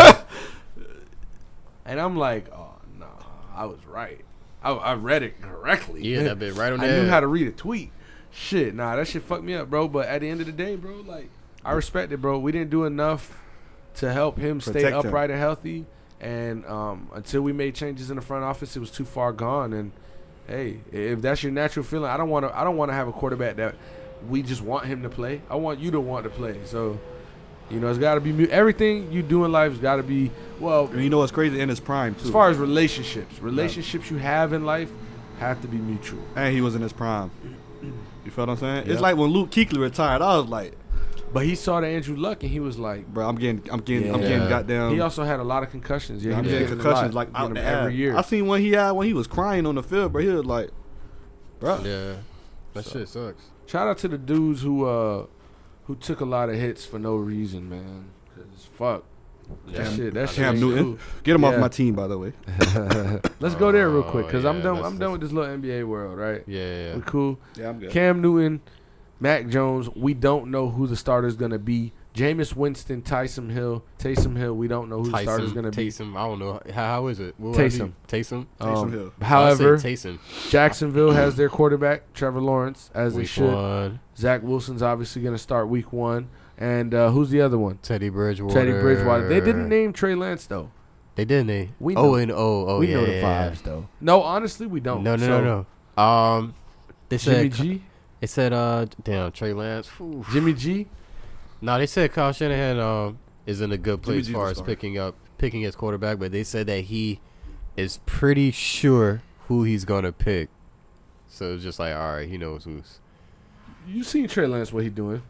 Speaker 3: and I'm like, oh no, I was right. I, I read it correctly. *laughs*
Speaker 5: Yeah, that bit right on
Speaker 3: I
Speaker 5: there.
Speaker 3: knew how to read a tweet. Shit, nah, that shit fucked me up, bro. But at the end of the day, bro, like I respect it, bro. We didn't do enough to help him stay
Speaker 4: Protect him.
Speaker 3: upright and healthy. And um, until we made changes in the front office, it was too far gone. And hey, if that's your natural feeling, I don't want to. I don't want to have a quarterback that we just want him to play. I want you to want to play. So. You know, it's got to be mu- everything you do in life has got to be well.
Speaker 4: And you know what's crazy? In his prime too.
Speaker 3: As far as relationships, relationships you have in life have to be mutual.
Speaker 4: and he was in his prime. You feel what I'm saying?
Speaker 3: Yeah.
Speaker 4: It's like when Luke Kuechly retired. I was like,
Speaker 3: But he saw the Andrew Luck and he was like,
Speaker 4: bro, I'm getting, I'm getting, I'm
Speaker 3: Yeah.
Speaker 4: getting goddamn.
Speaker 3: he also had a lot of concussions. Yeah,
Speaker 4: Um, I'm
Speaker 3: he was
Speaker 4: getting
Speaker 3: getting a
Speaker 4: concussions
Speaker 3: lot.
Speaker 4: like out
Speaker 3: Getting
Speaker 4: the
Speaker 3: them every
Speaker 4: ass.
Speaker 3: year.
Speaker 4: I seen one he had when he was crying on the field, bro. He was like, bro,
Speaker 5: Yeah, that shit sucks.
Speaker 3: Shout out to the dudes who uh who took a lot of hits for no reason, man. Cause fuck. That
Speaker 5: Cam-
Speaker 3: shit, that shit.
Speaker 4: Cam
Speaker 3: ain't
Speaker 4: Newton. Get him off
Speaker 3: Yeah.
Speaker 4: my team, by the way.
Speaker 3: cool. Let's go there real
Speaker 5: Oh,
Speaker 3: quick, cause I'm
Speaker 5: yeah,
Speaker 3: done.
Speaker 5: that's-
Speaker 3: I'm done with this little NBA world, right?
Speaker 5: Yeah, yeah,
Speaker 3: We
Speaker 5: yeah.
Speaker 3: cool.
Speaker 6: Yeah, I'm good.
Speaker 3: Cam Newton, Mac Jones. We don't know who the starter's gonna be. Jameis Winston, Tyson Hill, Taysom Hill. We don't know who the starter's
Speaker 5: Tyson,
Speaker 3: gonna be.
Speaker 5: Taysom, I don't know. How, how is it? What would I
Speaker 3: Taysom.
Speaker 5: be? Taysom. Oh,
Speaker 3: Um,
Speaker 6: Taysom Hill.
Speaker 3: However,
Speaker 5: I say Taysom.
Speaker 3: Jacksonville has their quarterback Trevor Lawrence, as they
Speaker 5: Week
Speaker 3: should.
Speaker 5: one,
Speaker 3: Zach Wilson's obviously gonna start Week One, and uh, who's the other one?
Speaker 5: Teddy Bridgewater.
Speaker 3: Teddy Bridgewater. They didn't name Trey Lance though.
Speaker 5: They didn't. They.
Speaker 3: We know.
Speaker 5: oh and oh oh
Speaker 3: we
Speaker 5: yeah.
Speaker 3: know the
Speaker 5: yeah, yeah.
Speaker 3: vibes though. No, honestly, we don't.
Speaker 5: No no
Speaker 3: So,
Speaker 5: no no. Um, they
Speaker 3: Jimmy
Speaker 5: said
Speaker 3: G,
Speaker 5: it said uh damn Trey Lance. Oof.
Speaker 3: Jimmy G.
Speaker 5: No, they said Kyle Shanahan um, is in a good place as
Speaker 6: Jimmy G's
Speaker 5: far
Speaker 6: the
Speaker 5: as
Speaker 6: star.
Speaker 5: picking up picking his quarterback, but they said that he is pretty sure who he's gonna pick. So it's just like, all right, he knows who's.
Speaker 3: You seen Trey Lance? What he doing?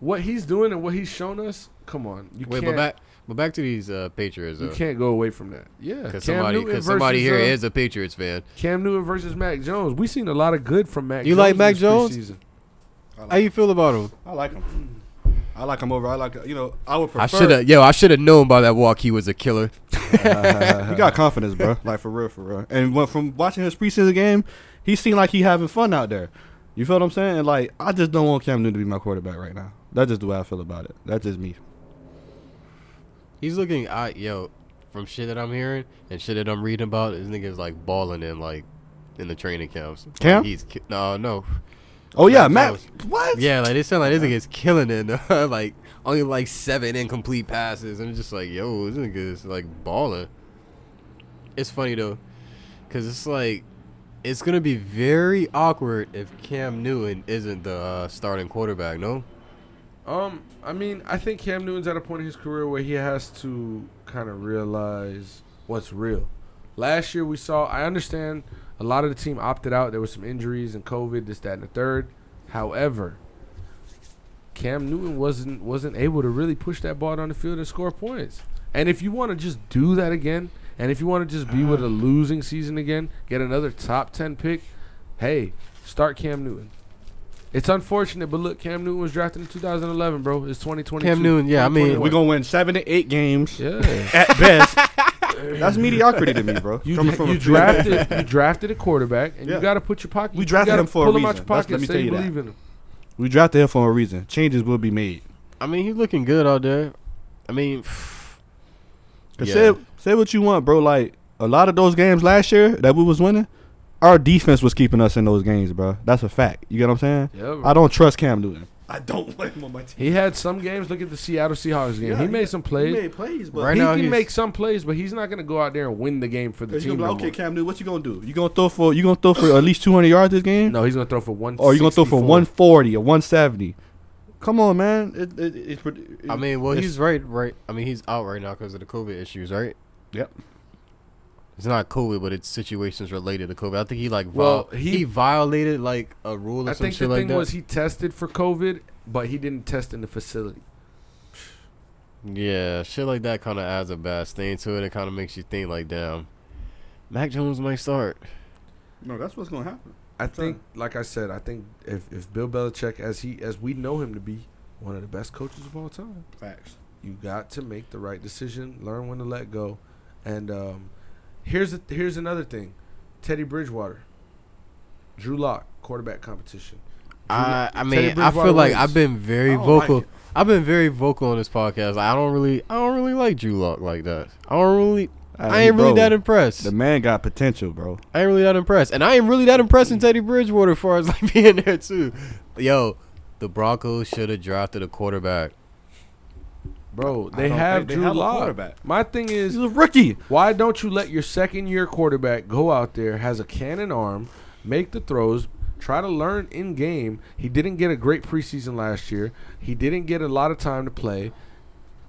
Speaker 3: What he's doing and what he's shown us. Come on, you
Speaker 5: Wait,
Speaker 3: can't.
Speaker 5: but back, but back to these uh, Patriots
Speaker 3: you
Speaker 5: though,
Speaker 3: can't go away from that. Yeah, Cam
Speaker 5: because somebody,
Speaker 3: Newton
Speaker 5: cause somebody
Speaker 3: versus,
Speaker 5: here is
Speaker 3: uh,
Speaker 5: a Patriots fan.
Speaker 3: Cam Newton versus Mac Jones. We seen a lot of good from Mac.
Speaker 5: You like Mac
Speaker 3: this
Speaker 5: Jones?
Speaker 3: preseason.
Speaker 5: How you feel about him?
Speaker 6: I like him. I like him over. I like you know. I would prefer.
Speaker 5: I should have, yo, I should have known by that walk he was a killer.
Speaker 4: He got confidence, bro. Like for real, for real. And when, from watching his preseason game, he seemed like he having fun out there. You feel what I'm saying? And like, I just don't want Cam Newton to be my quarterback right now. That's just the way I feel about it. That's just me.
Speaker 5: He's looking, I yo, from shit that I'm hearing and shit that I'm reading about, this nigga's like balling in like in the training camps. Like,
Speaker 4: Cam?
Speaker 5: he's ki- no, no,
Speaker 4: Oh yeah,
Speaker 5: Mac
Speaker 4: Matt. What?
Speaker 5: *laughs* Yeah, like they sound like this nigga's killing it. *laughs* like only like seven incomplete passes, and it's just like, yo, this nigga's like balling. It's funny though, cause it's like it's gonna be very awkward if Cam Newton isn't the uh, starting quarterback. No,
Speaker 3: Um, I mean, I think Cam Newton's at a point in his career where he has to kind of realize what's real. Last year, we saw. I understand a lot of the team opted out. There was some injuries and COVID, this, that, and the third. However, Cam Newton wasn't wasn't able to really push that ball down the field and score points. And if you want to just do that again, and if you want to just be with a
Speaker 5: Uh-huh.
Speaker 3: losing season again, get another top ten pick. Hey, start Cam Newton. It's unfortunate, but look, Cam Newton was drafted in 2011, bro. It's 2022.
Speaker 5: Cam Newton, yeah, I mean,
Speaker 4: We're gonna win seven to eight games
Speaker 3: yeah.
Speaker 4: at
Speaker 3: *laughs*
Speaker 4: best. That's mediocrity to me, bro.
Speaker 3: You,
Speaker 4: Coming from
Speaker 3: you
Speaker 4: a-
Speaker 3: drafted you drafted a quarterback, and
Speaker 4: Yeah.
Speaker 3: you got to put your pocket.
Speaker 4: We
Speaker 3: you
Speaker 4: drafted
Speaker 3: gotta
Speaker 4: him for a
Speaker 3: pull Him out
Speaker 4: reason.
Speaker 3: your
Speaker 4: That's-
Speaker 3: pocket
Speaker 4: let me
Speaker 3: and say
Speaker 4: tell you
Speaker 3: you
Speaker 4: that.
Speaker 3: believe in him.
Speaker 4: We drafted him for a reason. Changes will be made.
Speaker 5: I mean, he's looking good out there. I mean, *sighs*
Speaker 4: 'Cause
Speaker 5: Yeah.
Speaker 4: Say say what you want, bro. Like a lot of those games last year that we was winning, our defense was keeping us in those games, bro. That's a fact. You get what I'm saying?
Speaker 3: Yeah, bro.
Speaker 4: I don't trust Cam Newton.
Speaker 6: I don't want him on my team.
Speaker 3: He had some games. Look at the Seattle Seahawks game.
Speaker 6: Yeah,
Speaker 3: he
Speaker 6: he-
Speaker 3: made some plays.
Speaker 6: He made plays, but
Speaker 5: Right
Speaker 3: he
Speaker 5: now
Speaker 3: can
Speaker 5: he's-
Speaker 3: make some plays, but he's not going to go out there and win the game for the
Speaker 6: He's gonna
Speaker 3: team.
Speaker 6: be
Speaker 3: no
Speaker 6: like, okay,
Speaker 3: more.
Speaker 6: Cam Newton, what you gonna do?
Speaker 4: You gonna throw for you gonna throw for at least 200 yards this game,
Speaker 3: No, he's going to throw for one.
Speaker 4: or you gonna throw for 140 or 170? Come on, man. It, it, it's pret- it-
Speaker 5: I mean, well,
Speaker 4: it's-
Speaker 5: he's right, right. I mean, he's out right now because of the COVID issues, right?
Speaker 4: Yep.
Speaker 5: It's not COVID, but it's situations related to COVID. I think he like
Speaker 3: Well,
Speaker 5: well,
Speaker 3: he-
Speaker 5: he, violated like a rule or
Speaker 3: I
Speaker 5: some
Speaker 3: think
Speaker 5: shit
Speaker 3: the
Speaker 5: like
Speaker 3: thing
Speaker 5: that.
Speaker 3: was he tested for COVID, but he didn't test in the facility.
Speaker 5: yeah, shit like that kind of adds a bad stain to it. It kind of makes you think like, damn, Mac Jones might start.
Speaker 6: No, that's what's gonna happen.
Speaker 3: I think, like I said, I think if, if Bill Belichick, as he as we know him to be, one of the best coaches of all time,
Speaker 6: Facts.
Speaker 3: you got to make the right decision, learn when to let go, and um, here's a, here's another thing: Teddy Bridgewater, Drew Lock, quarterback competition.
Speaker 5: I, I
Speaker 3: Teddy
Speaker 5: mean, I
Speaker 3: Bridgewater
Speaker 5: feel like
Speaker 3: wins.
Speaker 5: I've been very
Speaker 6: I don't like
Speaker 5: vocal.
Speaker 6: it.
Speaker 5: I've been very vocal on this podcast. I don't really, I don't really like Drew Lock like that. I don't really, I,
Speaker 4: mean,
Speaker 5: ain't really
Speaker 4: bro,
Speaker 5: that impressed.
Speaker 4: The man got potential, bro.
Speaker 5: I ain't really that impressed, and I ain't really that impressed in Teddy Bridgewater as far as like *laughs* being there too. Yo, the Broncos should have drafted a quarterback.
Speaker 3: Bro,
Speaker 6: I
Speaker 3: they
Speaker 6: don't
Speaker 3: have
Speaker 6: think they
Speaker 3: Drew
Speaker 6: have a
Speaker 3: Lock.
Speaker 6: quarterback.
Speaker 3: My thing
Speaker 4: He's
Speaker 3: is,
Speaker 4: a rookie.
Speaker 3: why don't you let your second year quarterback go out there, has a cannon arm, make the throws, try to learn in game? He didn't get a great preseason last year. He didn't get a lot of time to play.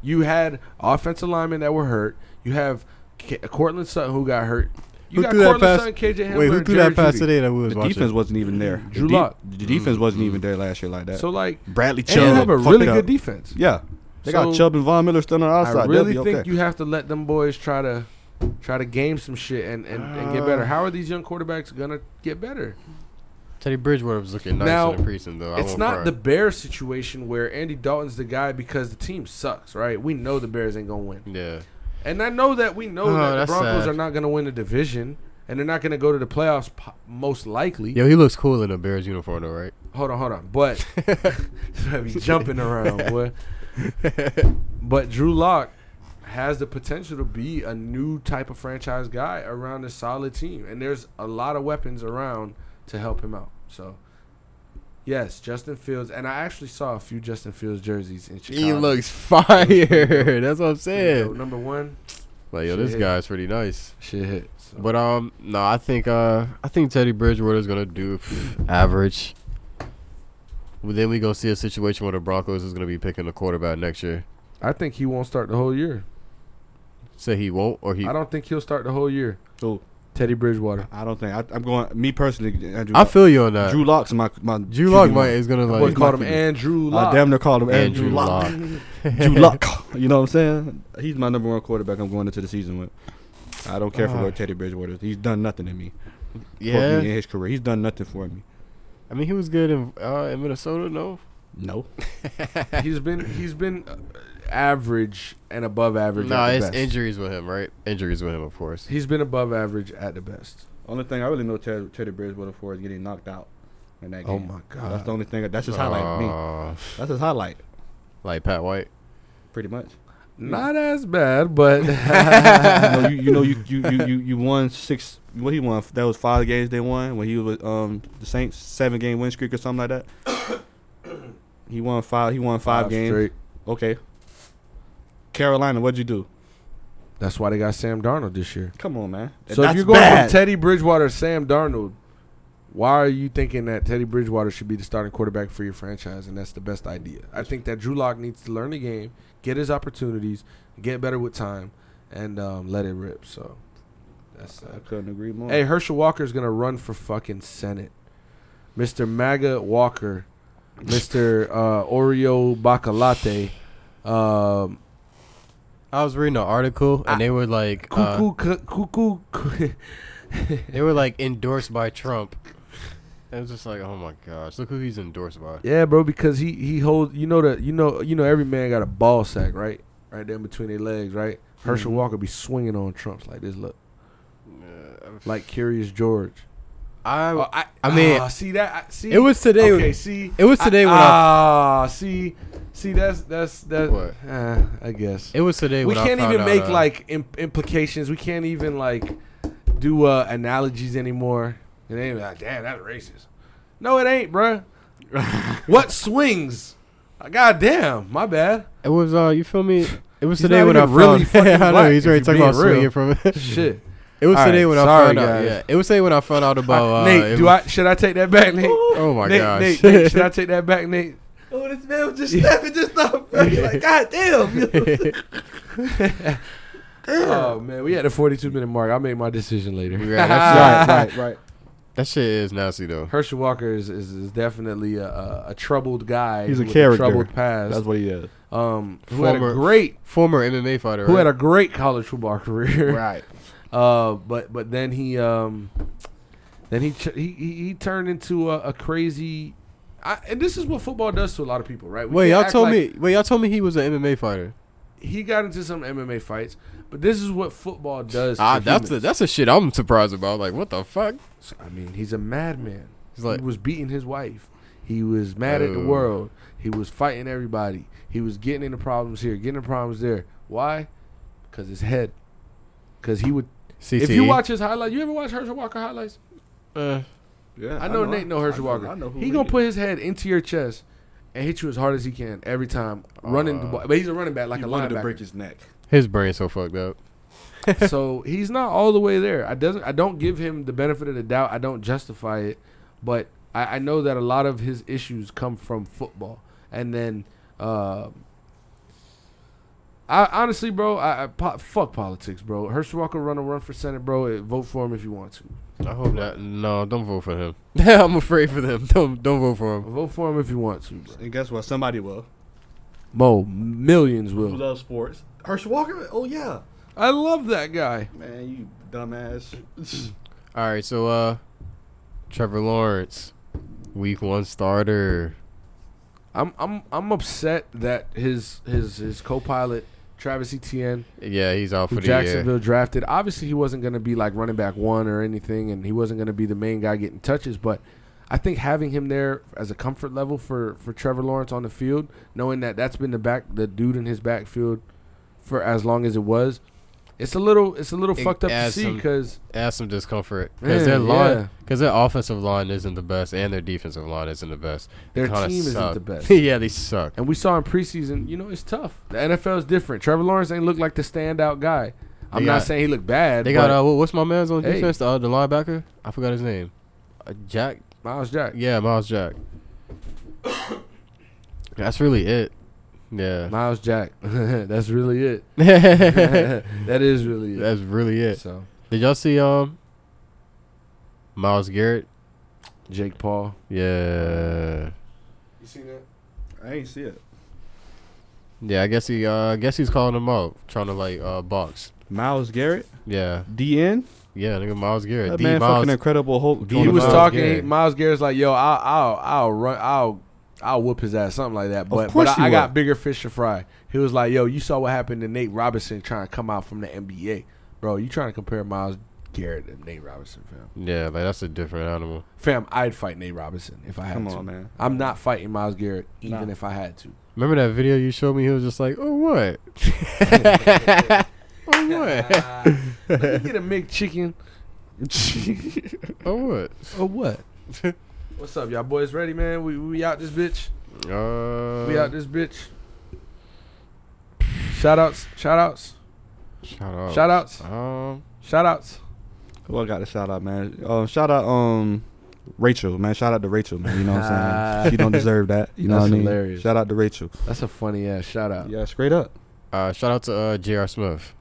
Speaker 3: You had offensive linemen that were hurt. You have K- Cortland Sutton who got hurt. You got Cortland Sutton, KJ Hamler,
Speaker 5: Wait, who
Speaker 3: and
Speaker 5: threw
Speaker 3: Jerry
Speaker 5: that pass
Speaker 3: Jeudy.
Speaker 5: today that we was
Speaker 4: The
Speaker 5: watching?
Speaker 4: defense wasn't even there. The
Speaker 3: Drew
Speaker 4: de-
Speaker 3: Lock. Mm.
Speaker 4: The defense wasn't even there last year like that.
Speaker 3: So like,
Speaker 5: Bradley
Speaker 3: and you
Speaker 5: Chubb
Speaker 3: have a
Speaker 4: fucked
Speaker 3: really
Speaker 4: it up.
Speaker 3: good defense.
Speaker 4: yeah, they got
Speaker 3: So-
Speaker 4: Chubb and Von Miller still on the outside.
Speaker 3: I
Speaker 4: They'll
Speaker 3: really
Speaker 4: be
Speaker 3: think
Speaker 4: okay.
Speaker 3: you have to let them boys try to
Speaker 4: Ah.
Speaker 3: try to game some shit and, and, and get better. How are these young quarterbacks gonna get better?
Speaker 5: Teddy Bridgewater was looking nice
Speaker 3: Now,
Speaker 5: in the preseason, though. I
Speaker 3: it's
Speaker 5: won't
Speaker 3: not
Speaker 5: cry.
Speaker 3: the Bears situation where Andy Dalton's the guy because the team sucks, right? We know the Bears ain't gonna win,
Speaker 5: Yeah.
Speaker 3: and I know that we know
Speaker 5: Oh,
Speaker 3: that the
Speaker 5: that's
Speaker 3: Broncos
Speaker 5: sad.
Speaker 3: are not gonna win the division, and they're not gonna go to the playoffs po- most likely.
Speaker 5: Yo, he looks cool in a Bears uniform, though, right? *laughs*
Speaker 3: Hold on, hold on,
Speaker 4: *laughs*
Speaker 3: but *laughs* I be jumping around, boy. But Drew Lock has the potential to be a new type of franchise guy around a solid team, and there's a lot of weapons around to help him out. So, yes, Justin Fields, and I actually saw a few Justin Fields jerseys in Chicago.
Speaker 5: He looks *laughs* fire. That's what I'm
Speaker 3: Yo,
Speaker 5: saying.
Speaker 3: number one,
Speaker 5: Like, yo, this
Speaker 3: Shit.
Speaker 5: guy's pretty nice.
Speaker 3: shit hit. So,
Speaker 5: But um, no, I think uh, I think Teddy Bridgewater's gonna do pff, average. Well, then we gonna see a situation where the Broncos is gonna be picking a quarterback next year.
Speaker 3: I think he won't start the whole year.
Speaker 5: Say he won't, or he.
Speaker 3: I don't think he'll start the whole year.
Speaker 6: So
Speaker 3: Teddy Bridgewater.
Speaker 6: I don't think I, I'm going. Me personally, Andrew.
Speaker 5: I feel you on that.
Speaker 6: Drew Locke's my my.
Speaker 5: Drew
Speaker 6: QB
Speaker 5: Lock
Speaker 6: one.
Speaker 5: might is gonna
Speaker 3: Boy,
Speaker 5: like.
Speaker 3: called him Andrew
Speaker 6: I
Speaker 3: Lock.
Speaker 6: damn near called him
Speaker 5: Andrew
Speaker 6: Andrew
Speaker 5: Luck.
Speaker 6: Locke. *laughs*
Speaker 5: *laughs*
Speaker 6: Drew Lock. *laughs* You know what I'm saying? He's my number one quarterback. I'm going into the season with. I don't care for
Speaker 5: Ah.
Speaker 6: what Teddy Bridgewater. is. He's done nothing to me. for me
Speaker 5: Yeah,
Speaker 6: in his career. He's done nothing for me.
Speaker 5: I mean he was good in uh, in Minnesota. No,
Speaker 6: No.
Speaker 3: he's been he's been uh, average and above average.
Speaker 5: no,
Speaker 3: at the
Speaker 5: it's
Speaker 3: best.
Speaker 5: injuries with him, right? Injuries with him, of course.
Speaker 3: He's been above average at the best.
Speaker 6: Only thing I really know Teddy, Teddy Bridgewater for is getting knocked out in that game.
Speaker 3: Oh my god!
Speaker 6: That's the only thing. That's his highlight. to me.
Speaker 5: Uh,
Speaker 6: That's his highlight,
Speaker 5: like Pat White.
Speaker 6: pretty much.
Speaker 3: Not as bad,
Speaker 6: *laughs*
Speaker 3: but
Speaker 6: you know, you, you know, you you you you, you won six. What he won? That was five games they won when he was um the Saints seven game win streak or something like that. *coughs* he won five. He won five, games.
Speaker 3: straight.
Speaker 6: Okay. Carolina, what'd you do?
Speaker 3: That's why they got Sam Darnold this year.
Speaker 6: Come on, man.
Speaker 3: So
Speaker 6: That's
Speaker 3: if you're going
Speaker 6: bad.
Speaker 3: from Teddy Bridgewater, to Sam Darnold, why are you thinking that Teddy Bridgewater should be the starting quarterback for your franchise? And that's the best idea. I think that Drew Lock needs to learn the game, get his opportunities, get better with time, and um, let it rip. So that's
Speaker 6: I couldn't agree
Speaker 5: Hmm.
Speaker 6: more.
Speaker 3: Hey, Herschel Walker's gonna run for fucking Senate. Mr. MAGA Walker, Mr. uh, Oreo Bacalate, um,
Speaker 5: I was reading an article and they were like, uh,
Speaker 3: Cuckoo, cu- Cuckoo,
Speaker 5: *laughs*
Speaker 3: cu-
Speaker 5: They were like endorsed by Trump. It was just like, oh my gosh, look who he's endorsed by.
Speaker 3: yeah, bro, because he he hold you know that you know you know every man got a ball sack right right there in between their legs right. Herschel
Speaker 5: Mm-hmm.
Speaker 3: Walker be swinging on Trumps like this. Look like Curious George.
Speaker 5: I,
Speaker 3: Oh, I,
Speaker 5: I mean,
Speaker 3: ah, see that I, see
Speaker 5: it was today.
Speaker 3: Okay, see
Speaker 5: it was today when I-
Speaker 3: ah see see that's that's that
Speaker 5: What?
Speaker 3: uh, I guess
Speaker 5: it was today.
Speaker 3: we
Speaker 5: when I
Speaker 3: can't
Speaker 5: found
Speaker 3: even
Speaker 5: out,
Speaker 3: make
Speaker 5: uh,
Speaker 3: like imp- implications. We can't even like do uh, analogies anymore. It ain't like, damn, that's racist. No, it ain't,
Speaker 5: *laughs*
Speaker 3: bruh. what swings? Uh, God damn, my bad.
Speaker 5: It was uh, you feel me? It was
Speaker 3: He's
Speaker 5: today
Speaker 3: not
Speaker 5: when I
Speaker 3: even
Speaker 5: found.
Speaker 3: really fucking
Speaker 5: *laughs* I know
Speaker 3: black
Speaker 5: he's
Speaker 3: if
Speaker 5: already
Speaker 3: you
Speaker 5: talking about
Speaker 3: being real.
Speaker 5: swinging from it.
Speaker 3: Shit.
Speaker 5: It was
Speaker 3: All
Speaker 5: today
Speaker 3: right,
Speaker 5: when I
Speaker 3: sorry,
Speaker 5: found out.
Speaker 3: guys.
Speaker 5: Yeah, it was today when I found out about uh,
Speaker 3: Nate, do I should I take that back, Nate?
Speaker 5: *laughs* Oh my
Speaker 3: Nate,
Speaker 5: gosh.
Speaker 3: Nate, Nate, should I take that back, Nate?
Speaker 6: oh, this man was just snapping, just stop.
Speaker 3: *laughs*
Speaker 6: Like, God damn. *laughs*
Speaker 3: Oh man, we at the forty-two minute mark. I'll make my decision later.
Speaker 5: Right, that's
Speaker 6: *laughs* right,
Speaker 3: *laughs*
Speaker 6: right, right.
Speaker 5: *laughs* that shit is nasty though.
Speaker 3: Herschel Walker is, is, is definitely a, a, a troubled guy.
Speaker 6: He's a
Speaker 3: with
Speaker 6: character.
Speaker 3: troubled past.
Speaker 6: That's what he is.
Speaker 3: um, who had a
Speaker 5: Former-
Speaker 3: great
Speaker 5: Former MMA fighter.
Speaker 3: who had
Speaker 5: right?
Speaker 3: a great college football *laughs* career.
Speaker 6: Right.
Speaker 3: Uh, but but then he um, then he ch- he he he turned into a, a crazy. I, and this is what football does to a lot of people, right? We
Speaker 5: Wait,
Speaker 3: can't
Speaker 5: y'all
Speaker 3: act
Speaker 5: told
Speaker 3: like
Speaker 5: me. Wait, y'all told me he was an MMA fighter.
Speaker 3: he got into some MMA fights, but this is what football does.
Speaker 5: Ah,
Speaker 3: to
Speaker 5: that's the
Speaker 3: humans.
Speaker 5: that's the shit I'm surprised about. Like, what the fuck?
Speaker 3: So, I mean, he's a madman.
Speaker 5: He's like-
Speaker 3: he was beating his wife. He was mad at the
Speaker 5: Oh.
Speaker 3: world. He was fighting everybody. He was getting into problems here, getting into problems there. Why? Because his head. Because he would.
Speaker 5: CTE.
Speaker 3: If you watch his highlight, you ever watch Herschel Walker highlights?
Speaker 5: Uh,
Speaker 6: Yeah,
Speaker 3: I know Nate know Herschel Walker. he gonna put his head into your chest and hit you as hard as he can every time, running.
Speaker 5: Uh,
Speaker 3: the ball. But he's a running back, like
Speaker 6: he
Speaker 3: a
Speaker 6: wanted to break
Speaker 3: linebacker.
Speaker 6: his neck.
Speaker 5: his brain's so fucked up.
Speaker 3: so he's not all the way there. I doesn't. I don't give him the benefit of the doubt. I don't justify it, but I, I know that a lot of his issues come from football. And then, uh, I honestly, bro, I, I po- fuck politics, bro. Herschel Walker run a run for senate, bro. Eh, Vote for him if you want to.
Speaker 5: I hope not. No, don't vote for him. *laughs* I'm afraid for them. Don't don't vote for him.
Speaker 3: Vote for him if you want to, bro.
Speaker 6: And guess what? Somebody will.
Speaker 3: Mo, millions
Speaker 6: Who
Speaker 3: will.
Speaker 6: loves sports? Herschel Walker? Oh yeah.
Speaker 3: I love that guy.
Speaker 6: Man, you dumbass.
Speaker 5: All right, so uh, Trevor Lawrence, Week one starter.
Speaker 3: I'm I'm I'm upset that his his his co-pilot Travis Etienne,
Speaker 5: Yeah, he's out
Speaker 3: who
Speaker 5: for the
Speaker 3: Jacksonville
Speaker 5: year.
Speaker 3: drafted, obviously he wasn't going to be like running back one or anything, and he wasn't going to be the main guy getting touches. But I think having him there as a comfort level for for Trevor Lawrence on the field, knowing that that's been the back the dude in his backfield for as long as it was, it's a little it's a little
Speaker 5: It
Speaker 3: fucked up to
Speaker 5: adds
Speaker 3: see
Speaker 5: some-
Speaker 3: because
Speaker 5: Add some discomfort
Speaker 3: Yeah,
Speaker 5: because their
Speaker 3: yeah.
Speaker 5: line, because their offensive line isn't the best, and their defensive line isn't the best.
Speaker 3: their
Speaker 5: Kinda
Speaker 3: team isn't
Speaker 5: suck.
Speaker 3: the best.
Speaker 5: *laughs* yeah, they suck.
Speaker 3: And we saw in preseason, you know, it's tough. The NFL is different. Trevor Lawrence ain't look like the standout guy. I'm
Speaker 5: They
Speaker 3: not
Speaker 5: got-
Speaker 3: saying he looked bad.
Speaker 5: They got
Speaker 3: but
Speaker 5: uh, what- what's my man's on
Speaker 3: Hey.
Speaker 5: defense? The, uh, the linebacker, I forgot his name. Uh, Jack.
Speaker 3: Miles Jack.
Speaker 5: Yeah, Miles Jack. That's really it. Yeah.
Speaker 3: *laughs* Miles Jack. That's really it.
Speaker 5: *laughs*
Speaker 3: *laughs*
Speaker 5: That's
Speaker 3: that is really it.
Speaker 5: really it.
Speaker 3: So
Speaker 5: Did y'all see um Miles Garrett?
Speaker 3: Jake Paul.
Speaker 5: Yeah.
Speaker 3: You seen that?
Speaker 6: I ain't see it.
Speaker 5: Yeah, I guess he uh I guess he's calling him out, trying to like uh box.
Speaker 6: Miles Garrett,
Speaker 5: Yeah.
Speaker 6: DN.
Speaker 5: Yeah, nigga Miles Garrett.
Speaker 6: That
Speaker 5: D
Speaker 6: man
Speaker 5: Miles
Speaker 6: fucking incredible. Hulk.
Speaker 5: He
Speaker 3: He was
Speaker 5: Miles
Speaker 3: talking.
Speaker 5: Garrett.
Speaker 3: Miles Garrett's like, "Yo, I'll, I'll, I'll run, I'll, I'll whoop his ass, something like that." But,
Speaker 6: course
Speaker 3: but
Speaker 6: you
Speaker 3: I, I got
Speaker 6: will.
Speaker 3: bigger fish to fry. He was like, "Yo, you saw what happened to Nate Robinson trying to come out from the NBA, bro? You trying to compare Miles Garrett and Nate Robinson, fam?
Speaker 5: Yeah, like that's a different animal.
Speaker 3: Fam, I'd fight Nate Robinson if I had
Speaker 6: Come
Speaker 3: to.
Speaker 6: on, man.
Speaker 3: I'm not fighting Miles Garrett even if I
Speaker 6: *laughs*
Speaker 3: had to.
Speaker 5: Remember that video you showed me? He was just like, "Oh what? *laughs* oh what? *laughs*
Speaker 3: Let me get a McChicken
Speaker 6: *laughs*
Speaker 5: Oh what?"
Speaker 3: or what? *laughs* What's up, y'all boys? Ready, man? We we out this bitch.
Speaker 5: Uh,
Speaker 3: We out this bitch. Shout outs, shout outs,
Speaker 5: shout out.
Speaker 3: shout outs,
Speaker 5: Um,
Speaker 3: shout outs.
Speaker 6: Who I got to shout out, man? Uh, shout out, um, Rachel, man. Shout out to Rachel, man. You know what I'm
Speaker 3: *laughs*
Speaker 6: saying? She don't deserve that. You know
Speaker 3: That's
Speaker 6: what I mean?
Speaker 3: hilarious.
Speaker 6: Shout out to Rachel.
Speaker 3: That's a funny ass shout out.
Speaker 6: Yeah, straight up.
Speaker 5: uh, shout out to uh, J.R. Smith.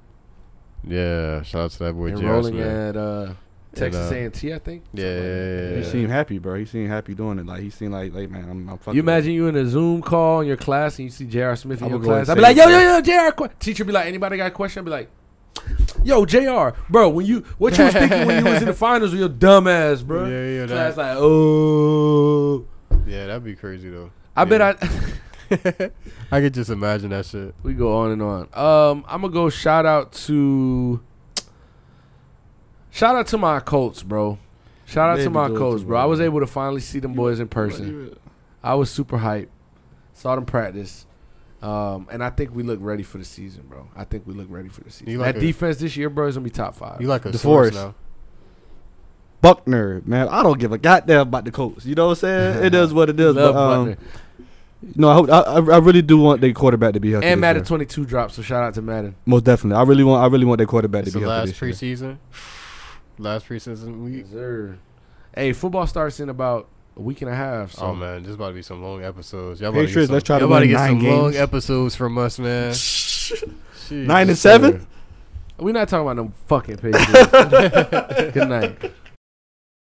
Speaker 5: Yeah, shout out to that boy J.R.
Speaker 3: Enrolling
Speaker 5: Smith.
Speaker 3: at uh, Texas
Speaker 5: And, uh,
Speaker 3: A&T, I think.
Speaker 5: Yeah, yeah, yeah,
Speaker 6: He
Speaker 5: yeah.
Speaker 6: seemed happy, bro. He seemed happy doing it. Like he seemed like, like man, I'm, I'm fucking.
Speaker 3: You imagine you in a Zoom call in your class and you see J.R. Smith in
Speaker 6: I'ma
Speaker 3: your
Speaker 6: go and
Speaker 3: class. I'd be
Speaker 6: say
Speaker 3: like, yo,
Speaker 6: it,
Speaker 3: yo, yo, J.R. Qu-. Teacher be like, anybody got a question? I'd be like, yo, J.R., bro, when you, what *laughs* you was thinking when you was in the finals with your dumb ass, bro?
Speaker 5: Yeah, yeah,
Speaker 3: class
Speaker 5: that,
Speaker 3: like, oh.
Speaker 5: yeah, that'd be crazy though.
Speaker 3: I bet
Speaker 5: Yeah.
Speaker 3: I,
Speaker 5: *laughs*
Speaker 3: *laughs*
Speaker 5: I could just imagine that shit.
Speaker 3: we go on and on. Um, I'm going to go shout out to, shout out to my Colts, bro. Shout out
Speaker 6: They
Speaker 3: to
Speaker 6: be
Speaker 3: my
Speaker 6: doing
Speaker 3: Colts,
Speaker 6: too
Speaker 3: bro. I
Speaker 6: well.
Speaker 3: was able to finally see them boys in person. I was super hyped. Saw them practice. Um, and I think we look ready for the season, bro. I think we look ready for the season.
Speaker 5: You like
Speaker 3: that
Speaker 5: a-
Speaker 3: defense this year, bro, is gonna be top five.
Speaker 5: You like a source
Speaker 6: DeForest.
Speaker 5: now?
Speaker 6: Buckner, man. I don't give a goddamn about the Colts. You know what I'm saying? it is what it is.
Speaker 3: *laughs* Love
Speaker 6: but, um,
Speaker 3: Butner.
Speaker 6: no, I, hope, I I I really do want their quarterback to be healthy.
Speaker 3: And
Speaker 6: this
Speaker 3: Madden
Speaker 6: year.
Speaker 3: twenty two dropped, so shout out to Madden.
Speaker 6: most definitely. I really want I really want their quarterback
Speaker 5: It's
Speaker 6: to
Speaker 5: the
Speaker 6: be healthy
Speaker 5: last
Speaker 6: this year.
Speaker 5: preseason. Last preseason week.
Speaker 3: Hey, football starts in about a week and a half. So
Speaker 5: Oh man, this is about to be some long episodes. Y'all
Speaker 6: Patriots,
Speaker 5: about to get some,
Speaker 6: let's try to
Speaker 5: y'all about
Speaker 6: win
Speaker 5: get
Speaker 6: nine
Speaker 5: some long
Speaker 6: games.
Speaker 5: episodes from us,
Speaker 6: *laughs*
Speaker 5: man.
Speaker 6: Nine and seven.
Speaker 5: *laughs*
Speaker 3: we're not talking about no fucking Patriots. Good night.